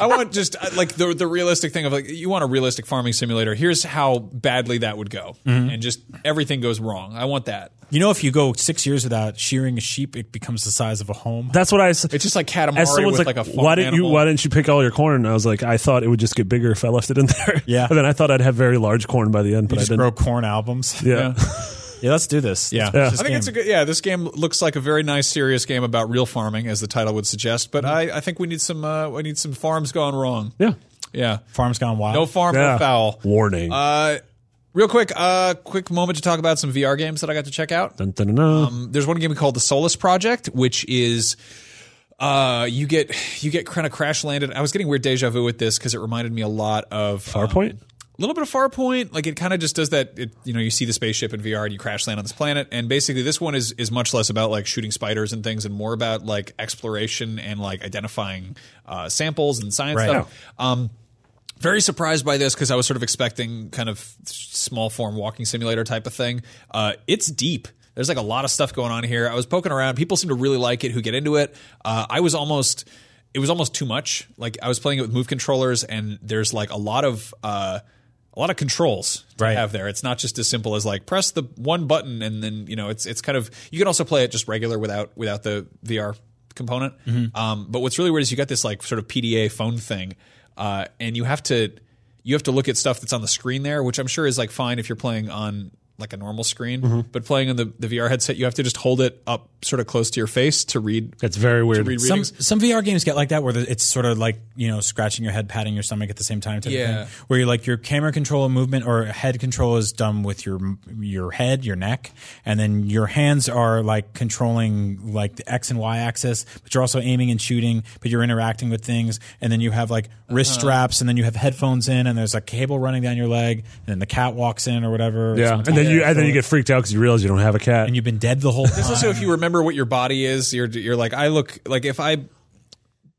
Speaker 3: I want just I- like the the realistic thing of like you want a realistic farming simulator. Here's how badly that would go, and just everything goes wrong. I want that.
Speaker 4: Mm-hmm. you know, if you go six years without shearing a sheep, it becomes the size of a [laughs] home.
Speaker 5: That's what I. s-
Speaker 3: It's just like Katamari
Speaker 5: as someone's
Speaker 3: with
Speaker 5: like,
Speaker 3: like, a farm
Speaker 5: why didn't you
Speaker 3: animal.
Speaker 5: why didn't you pick all your corn? And I was like, I thought it would just get bigger if I left it in [laughs] there.
Speaker 4: Yeah.
Speaker 5: And then I thought I'd have very large corn by the end, but
Speaker 4: You
Speaker 5: I
Speaker 4: just
Speaker 5: didn't.
Speaker 4: grow corn albums.
Speaker 5: yeah.
Speaker 4: Yeah, let's do this.
Speaker 3: Yeah.
Speaker 4: Let's finish
Speaker 5: Yeah.
Speaker 3: I
Speaker 4: this
Speaker 3: think
Speaker 4: game.
Speaker 3: it's a good. Yeah, this game looks like a very nice, serious game about real farming, as the title would suggest. But
Speaker 5: Mm-hmm.
Speaker 3: I, I think we need some. Uh, we need some farms gone wrong.
Speaker 5: [laughs] Yeah.
Speaker 3: Yeah.
Speaker 4: farm's gone wild.
Speaker 3: No farm,
Speaker 5: Yeah.
Speaker 3: no foul.
Speaker 5: Warning.
Speaker 3: Uh, real quick, uh, quick moment to talk about some VR games that I got to check out.
Speaker 5: Dun, dun, dun, dun.
Speaker 3: there's one game called the Solus Project, which is uh, you get you get kind of crash landed. I was getting weird deja vu with this because it reminded me a lot of
Speaker 5: Farpoint?
Speaker 3: a little bit of Farpoint, like it kind of just does that. It, you know, you see the spaceship in VR and you crash land on this planet, and basically this one is is much less about like shooting spiders and things, and more about like exploration and like identifying uh, samples and science stuff. Um, very surprised by this because I was sort of expecting kind of small form walking simulator type of thing. Uh, it's deep. There's like a lot of stuff going on here. I was poking around. People seem to really like it who get into it. Uh, I was almost. It was almost too much. Like I was playing it with move controllers, and there's like a lot of uh, a lot of controls to
Speaker 4: Right.
Speaker 3: have there. It's not just as simple as like press the one button and then you know it's it's kind of you can also play it just regular without without the VR component. Um, but what's really weird is you got this like sort of PDA phone thing, uh, and you have to you have to look at stuff that's on the screen there, which I'm sure is like fine if you're playing on like a normal screen, but playing on the, the VR headset, you have to just hold it up sort of close to your face to read
Speaker 5: That's very weird.
Speaker 3: read
Speaker 4: some
Speaker 3: readings.
Speaker 4: some VR games get like that where the, it's sort of like you know scratching your head, patting your stomach at the same time. Type of
Speaker 3: Yeah.
Speaker 4: thing, where you're like your camera control and movement or head control is done with your your head, your neck, and then your hands are like controlling like the X and Y axis, but you're also aiming and shooting, but you're interacting with things, and then you have like wrist straps, and then you have headphones in, and there's a cable running down your leg, and then the cat walks in or whatever.
Speaker 5: yeah.
Speaker 4: Someone's
Speaker 5: And then
Speaker 4: got
Speaker 5: you
Speaker 4: a
Speaker 5: and then you
Speaker 4: controller,
Speaker 5: get freaked out because you realize you don't have a cat.
Speaker 4: and you've been dead the whole time.
Speaker 3: It's also if you remember what your body is, you're you're like I look like if I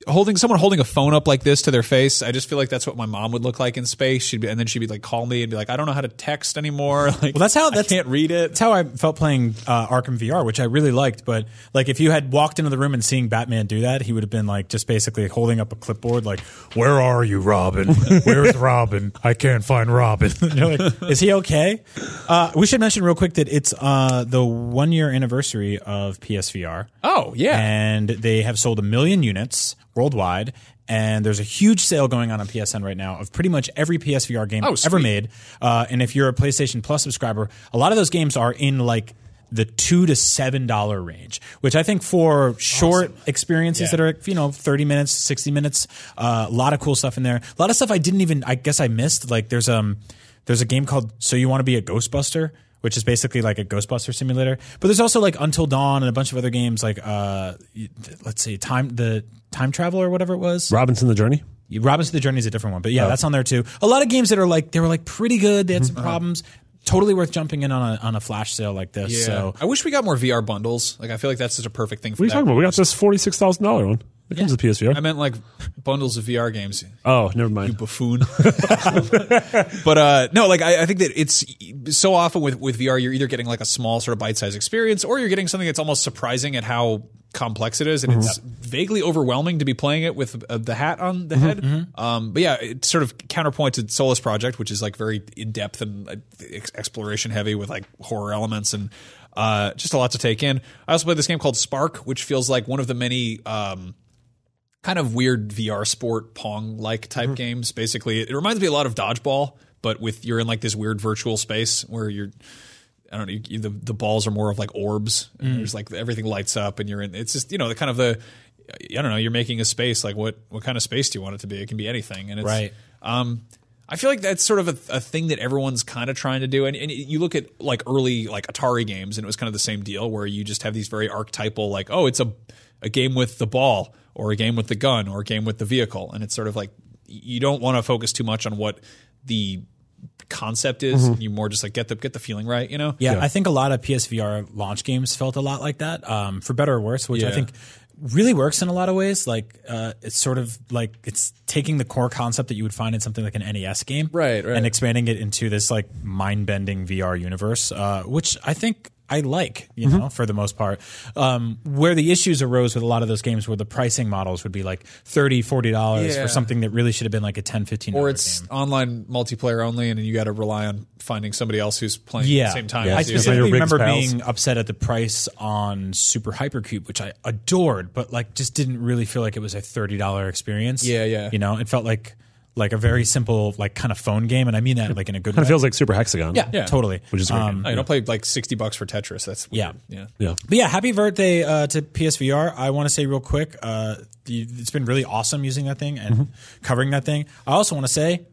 Speaker 3: holding someone holding a phone up like this to their face, I just feel like that's what my mom would look like in space. She'd be and then she'd be like call me and be like I don't know how to text anymore. [laughs] Like
Speaker 4: Well, that's how that's,
Speaker 3: I can't read it.
Speaker 4: That's how I felt playing uh, Arkham VR, which I really liked. But like, if you had walked into the room and seeing Batman do that, he would have been like just basically holding up a clipboard, like
Speaker 7: Where are you, Robin? Where's Robin? I can't find Robin.
Speaker 4: [laughs] You're like, is he okay? Uh, we should mention real quick that it's uh, the one year anniversary of PSVR.
Speaker 3: Oh, yeah.
Speaker 4: And they have sold a million units worldwide. And there's a huge sale going on on PSN right now of pretty much every PSVR game
Speaker 3: Oh, sweet.
Speaker 4: ever made. Uh, and if you're a PlayStation Plus subscriber, a lot of those games are in like the two to seven dollar range, which I think for short experiences that are you know thirty minutes, sixty minutes, uh, a lot of cool stuff in there. A lot of stuff I didn't even I guess I missed. Like there's um there's a game called So You Want to Be a Ghostbuster, which is basically like a Ghostbuster simulator. But there's also like Until Dawn and a bunch of other games like uh y- let's see time the time travel or whatever it was.
Speaker 5: Robinson the Journey?
Speaker 4: Robinson the Journey is a different one, but
Speaker 3: Oh.
Speaker 4: yeah, that's on there too. A lot of games that are like they were like pretty good. They had
Speaker 3: Mm-hmm.
Speaker 4: some problems. Totally worth jumping in on a on a flash sale like this.
Speaker 3: Yeah.
Speaker 4: So
Speaker 3: I wish we got more VR bundles. Like I feel like that's such a perfect thing for
Speaker 5: What are you
Speaker 3: that.
Speaker 5: talking about? We got this forty six thousand dollar one. It comes with PSVR.
Speaker 3: I meant like [laughs] bundles of VR games.
Speaker 5: oh, never mind.
Speaker 3: buffoon. but uh, no, like I, I think that it's so often with with VR, you're either getting like a small sort of bite sized experience, or you're getting something that's almost surprising at how complex it is, and it's vaguely overwhelming to be playing it with uh, the hat on the head. Um, but yeah, it's sort of counterpoint to Solus Project, which is like very in depth and uh, ex- exploration heavy with like horror elements and. Uh, just a lot to take in. I also played this game called Spark, which feels like one of the many um, kind of weird VR sport pong like type games. Basically, it reminds me a lot of dodgeball, but with you're in like this weird virtual space where you're. I don't know. You, you, the the balls are more of like orbs. And There's like everything lights up, and you're in. It's just you know the kind of the. I don't know. You're making a space. Like what what kind of space do you want it to be? It can be anything, and it's
Speaker 4: Right.
Speaker 3: Um, I feel like that's sort of a, a thing that everyone's kind of trying to do. And, and you look at like early like Atari games, and it was kind of the same deal where you just have these very archetypal like, oh, it's a a game with the ball, or a game with the gun, or a game with the vehicle, and it's sort of like you don't want to focus too much on what the concept is. You more just like get the get the feeling right, you know?
Speaker 4: Mm-hmm. Yeah, I think a lot of PSVR launch games felt a lot like that, um, for better or worse, which I
Speaker 3: Yeah.
Speaker 4: think really works in a lot of ways. Like uh, it's sort of like it's taking the core concept that you would find in something like an NES game,
Speaker 3: Right, right.
Speaker 4: and expanding it into this like mind bending VR universe, uh, which I think. I like, you
Speaker 3: Mm-hmm.
Speaker 4: know, for the most part. Um, where the issues arose with a lot of those games were the pricing models would be like $30, $40
Speaker 3: Yeah.
Speaker 4: for something that really should have been like a 10 $15
Speaker 3: Or it's
Speaker 4: game.
Speaker 3: online multiplayer only, and you got to rely on finding somebody else who's playing at the same time.
Speaker 4: I
Speaker 3: as you.
Speaker 5: Later
Speaker 4: specifically
Speaker 5: Riggs
Speaker 4: remember
Speaker 5: pals.
Speaker 4: being upset at the price on Super Hypercube, which I adored, but like just didn't really feel like it was a thirty dollar experience.
Speaker 3: Yeah, yeah.
Speaker 4: You know, it felt like like a very simple like kind of phone game, and I mean that like in a good
Speaker 5: Kind
Speaker 4: way.
Speaker 5: of feels like Super Hexagon.
Speaker 4: yeah,
Speaker 3: yeah.
Speaker 4: totally.
Speaker 5: Which is a great game.
Speaker 3: Oh, you don't play like sixty bucks for Tetris. That's weird.
Speaker 4: Yeah.
Speaker 3: yeah.
Speaker 5: Yeah.
Speaker 4: But yeah, happy birthday uh, to PSVR. I want to say real quick, uh, you- it's been really awesome using that thing and covering that thing. I also want to say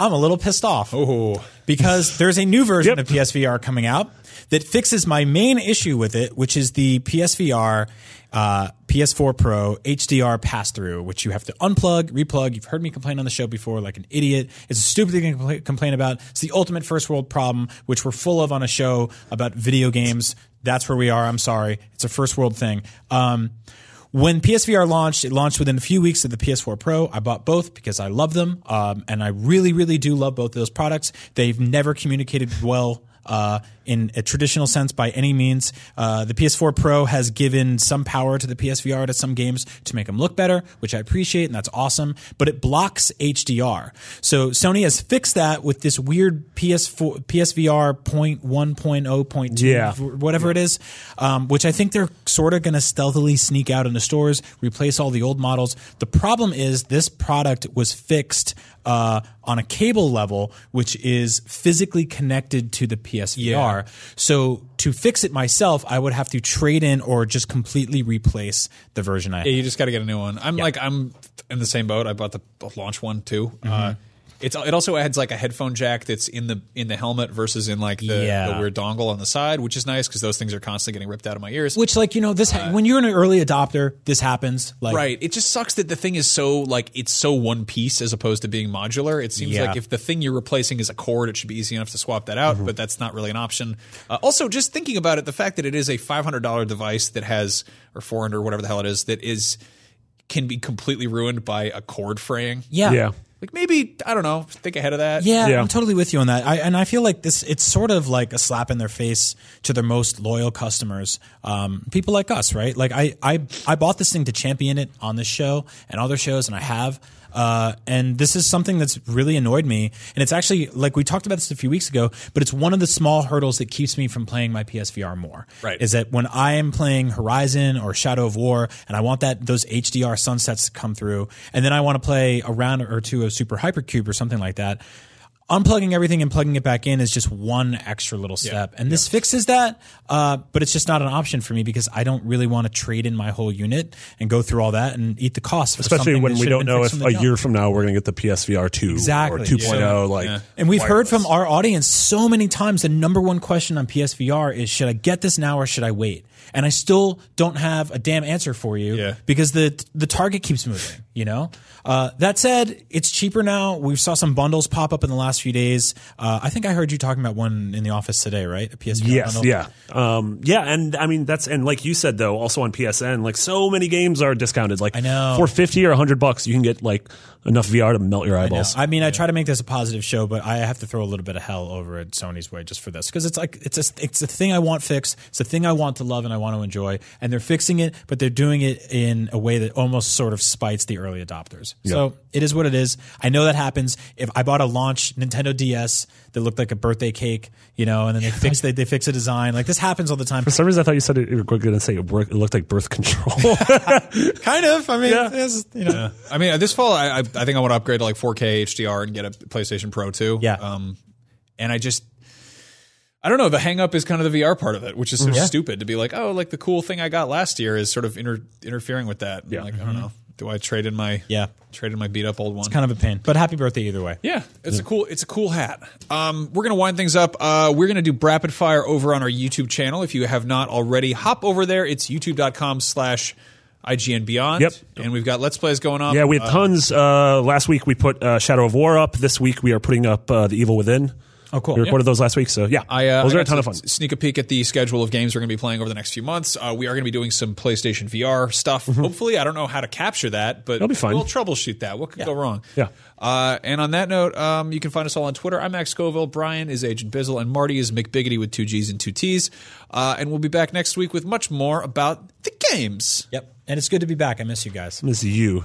Speaker 4: I'm a little pissed off because there's a new version
Speaker 5: Yep.
Speaker 4: of PSVR coming out that fixes my main issue with it, which is the PSVR. Uh, PS4 Pro HDR pass through, which you have to unplug, replug. You've heard me complain on the show before, like an idiot. It's a stupid thing to compla- complain about. It's the ultimate first world problem, which we're full of on a show about video games. That's where we are. I'm sorry. It's a first world thing. Um, when PSVR launched, it launched within a few weeks of the PS4 Pro. I bought both because I love them, um, and I really, really do love both of those products. They've never communicated well. Uh, in a traditional sense, by any means, uh, the PS4 Pro has given some power to the PSVR to some games to make them look better, which I appreciate, and that's awesome. But it blocks HDR, so Sony has fixed that with this weird PS4 PSVR point one point oh point two
Speaker 5: Yeah.
Speaker 4: whatever it is, um, which I think they're sort of going to stealthily sneak out into stores, replace all the old models. The problem is this product was fixed uh, on a cable level, which is physically connected to the PSVR. So to fix it myself, I would have to trade in or just completely replace the version I
Speaker 3: Yeah, you just got to get a new one. I'm like I'm in the same boat. I bought the the launch one too. Uh,
Speaker 4: Mm-hmm.
Speaker 3: it's it also adds like a headphone jack that's in the in the helmet versus in like the,
Speaker 4: Yeah.
Speaker 3: the weird dongle on the side, which is nice because those things are constantly getting ripped out of my ears.
Speaker 4: Which, like you know, this when you're an early adopter, this happens. Like,
Speaker 3: Uh, Right. It just sucks that the thing is so like it's so one piece as opposed to being modular. It seems
Speaker 4: Yeah. Mm-hmm.
Speaker 3: like if the thing you're replacing is a cord, it should be easy enough to swap that out. But that's not really an option. Uh, also, just thinking about it, the fact that it is a $500 device that has or 400 or whatever the hell it is that is can be completely ruined by a cord fraying.
Speaker 4: Yeah.
Speaker 5: Yeah.
Speaker 3: Like maybe I don't know. Think ahead of that.
Speaker 4: Yeah,
Speaker 5: Yeah.
Speaker 4: I'm totally with you on that. I, and I feel like this, it's sort of like a slap in their face to their most loyal customers, um, people like us, right? Like I, I, I bought this thing to champion it on this show and other shows, and I have. Uh, and this is something that's really annoyed me. And it's actually like we talked about this a few weeks ago, but it's one of the small hurdles that keeps me from playing my PSVR more.
Speaker 3: Right.
Speaker 4: Is that when I am playing Horizon or Shadow of War, and I want that those HDR sunsets to come through, and then I want to play a round or two of Super Hypercube or something like that. Unplugging everything and plugging it back in is just one extra little step, and this fixes that. Uh, but it's just not an option for me because I don't really want to trade in my whole unit and go through all that and eat the cost. For
Speaker 5: Especially
Speaker 4: something
Speaker 5: when
Speaker 4: that
Speaker 5: we
Speaker 4: should have
Speaker 5: don't
Speaker 4: been
Speaker 5: know
Speaker 4: fixed
Speaker 5: if
Speaker 4: from
Speaker 5: a
Speaker 4: the jump.
Speaker 5: year from now we're going to get the PSVR 2
Speaker 4: Exactly.
Speaker 5: or 2.0 like
Speaker 4: And we've heard from our audience so many times the number one question on PSVR is should I get this now or should I wait? And I still don't have a damn answer for you
Speaker 3: Yeah.
Speaker 4: because the the target keeps moving, you know? Uh, that said, it's cheaper now. We saw some bundles pop up in the last few days. Uh, I think I heard you talking about one in the office today, right? A PSVR
Speaker 5: Yes,
Speaker 4: bundle.
Speaker 5: yeah, um, yeah, and I mean that's and like you said though, also on PSN, like so many games are discounted. Like I
Speaker 4: know.
Speaker 5: for fifty or hundred bucks, you can get like enough VR to melt your
Speaker 4: I know.
Speaker 5: eyeballs.
Speaker 4: I mean, I try to make this a positive show, but I have to throw a little bit of hell over at Sony's way just for this because it's like it's a it's a thing I want fixed. It's a thing I want to love and I want to enjoy, and they're fixing it, but they're doing it in a way that almost sort of spites the early adopters. So it is what it is. I know that happens. If I bought a launch Nintendo DS that looked like a birthday cake, you know, and then [laughs] they fix they, they fix a design like this happens all the time.
Speaker 5: For some reason, I thought you said it, you were going to say it, worked, it looked like birth control. [laughs]
Speaker 4: kind of. [laughs] I mean,
Speaker 5: Yeah.
Speaker 4: it's, you know.
Speaker 3: I mean, this fall, I, I I think I want to upgrade to like 4K HDR and get a PlayStation Pro too.
Speaker 4: Yeah.
Speaker 3: Um, and I just, I don't know. The hang up is kind of the VR part of it, which is so stupid to be like, oh, like the cool thing I got last year is sort of inter- interfering with that. Yeah. Like, I don't know. Do I trade in my
Speaker 4: Yeah.
Speaker 3: Trade in my beat up old one?
Speaker 4: Kind of a pain, but happy birthday either way.
Speaker 3: Yeah, it's a cool it's a cool hat. Um, we're gonna wind things up. Uh, we're gonna do rapid fire over on our YouTube channel. If you have not already, hop over there. It's youtube.com slash IGN Beyond.
Speaker 5: Yep.
Speaker 3: And we've got Let's Plays going on.
Speaker 5: Yeah, we have tons. Uh, last week we put uh, Shadow of War up. This week we are putting up uh, The Evil Within.
Speaker 4: Oh, cool.
Speaker 5: We recorded those last week, so yeah,
Speaker 3: I, uh,
Speaker 5: those
Speaker 3: I
Speaker 5: are a
Speaker 3: got
Speaker 5: ton
Speaker 3: to
Speaker 5: of fun.
Speaker 3: Sneak a peek at the schedule of games we're going to be playing over the next few months. Uh, we are going to be doing some PlayStation VR stuff. Hopefully, I don't know how to capture that, but
Speaker 5: Mm-hmm. That'll be fun.
Speaker 3: we'll troubleshoot that. What could go wrong?
Speaker 5: Yeah.
Speaker 3: Uh, and on that note, um, you can find us all on Twitter. I'm Max Scoville. Brian is Agent Bizzle, and Marty is McBiggity with two G's and two T's. Uh, and we'll be back next week with much more about the games.
Speaker 4: Yep. And it's good to be back. I miss you guys.
Speaker 5: This is you.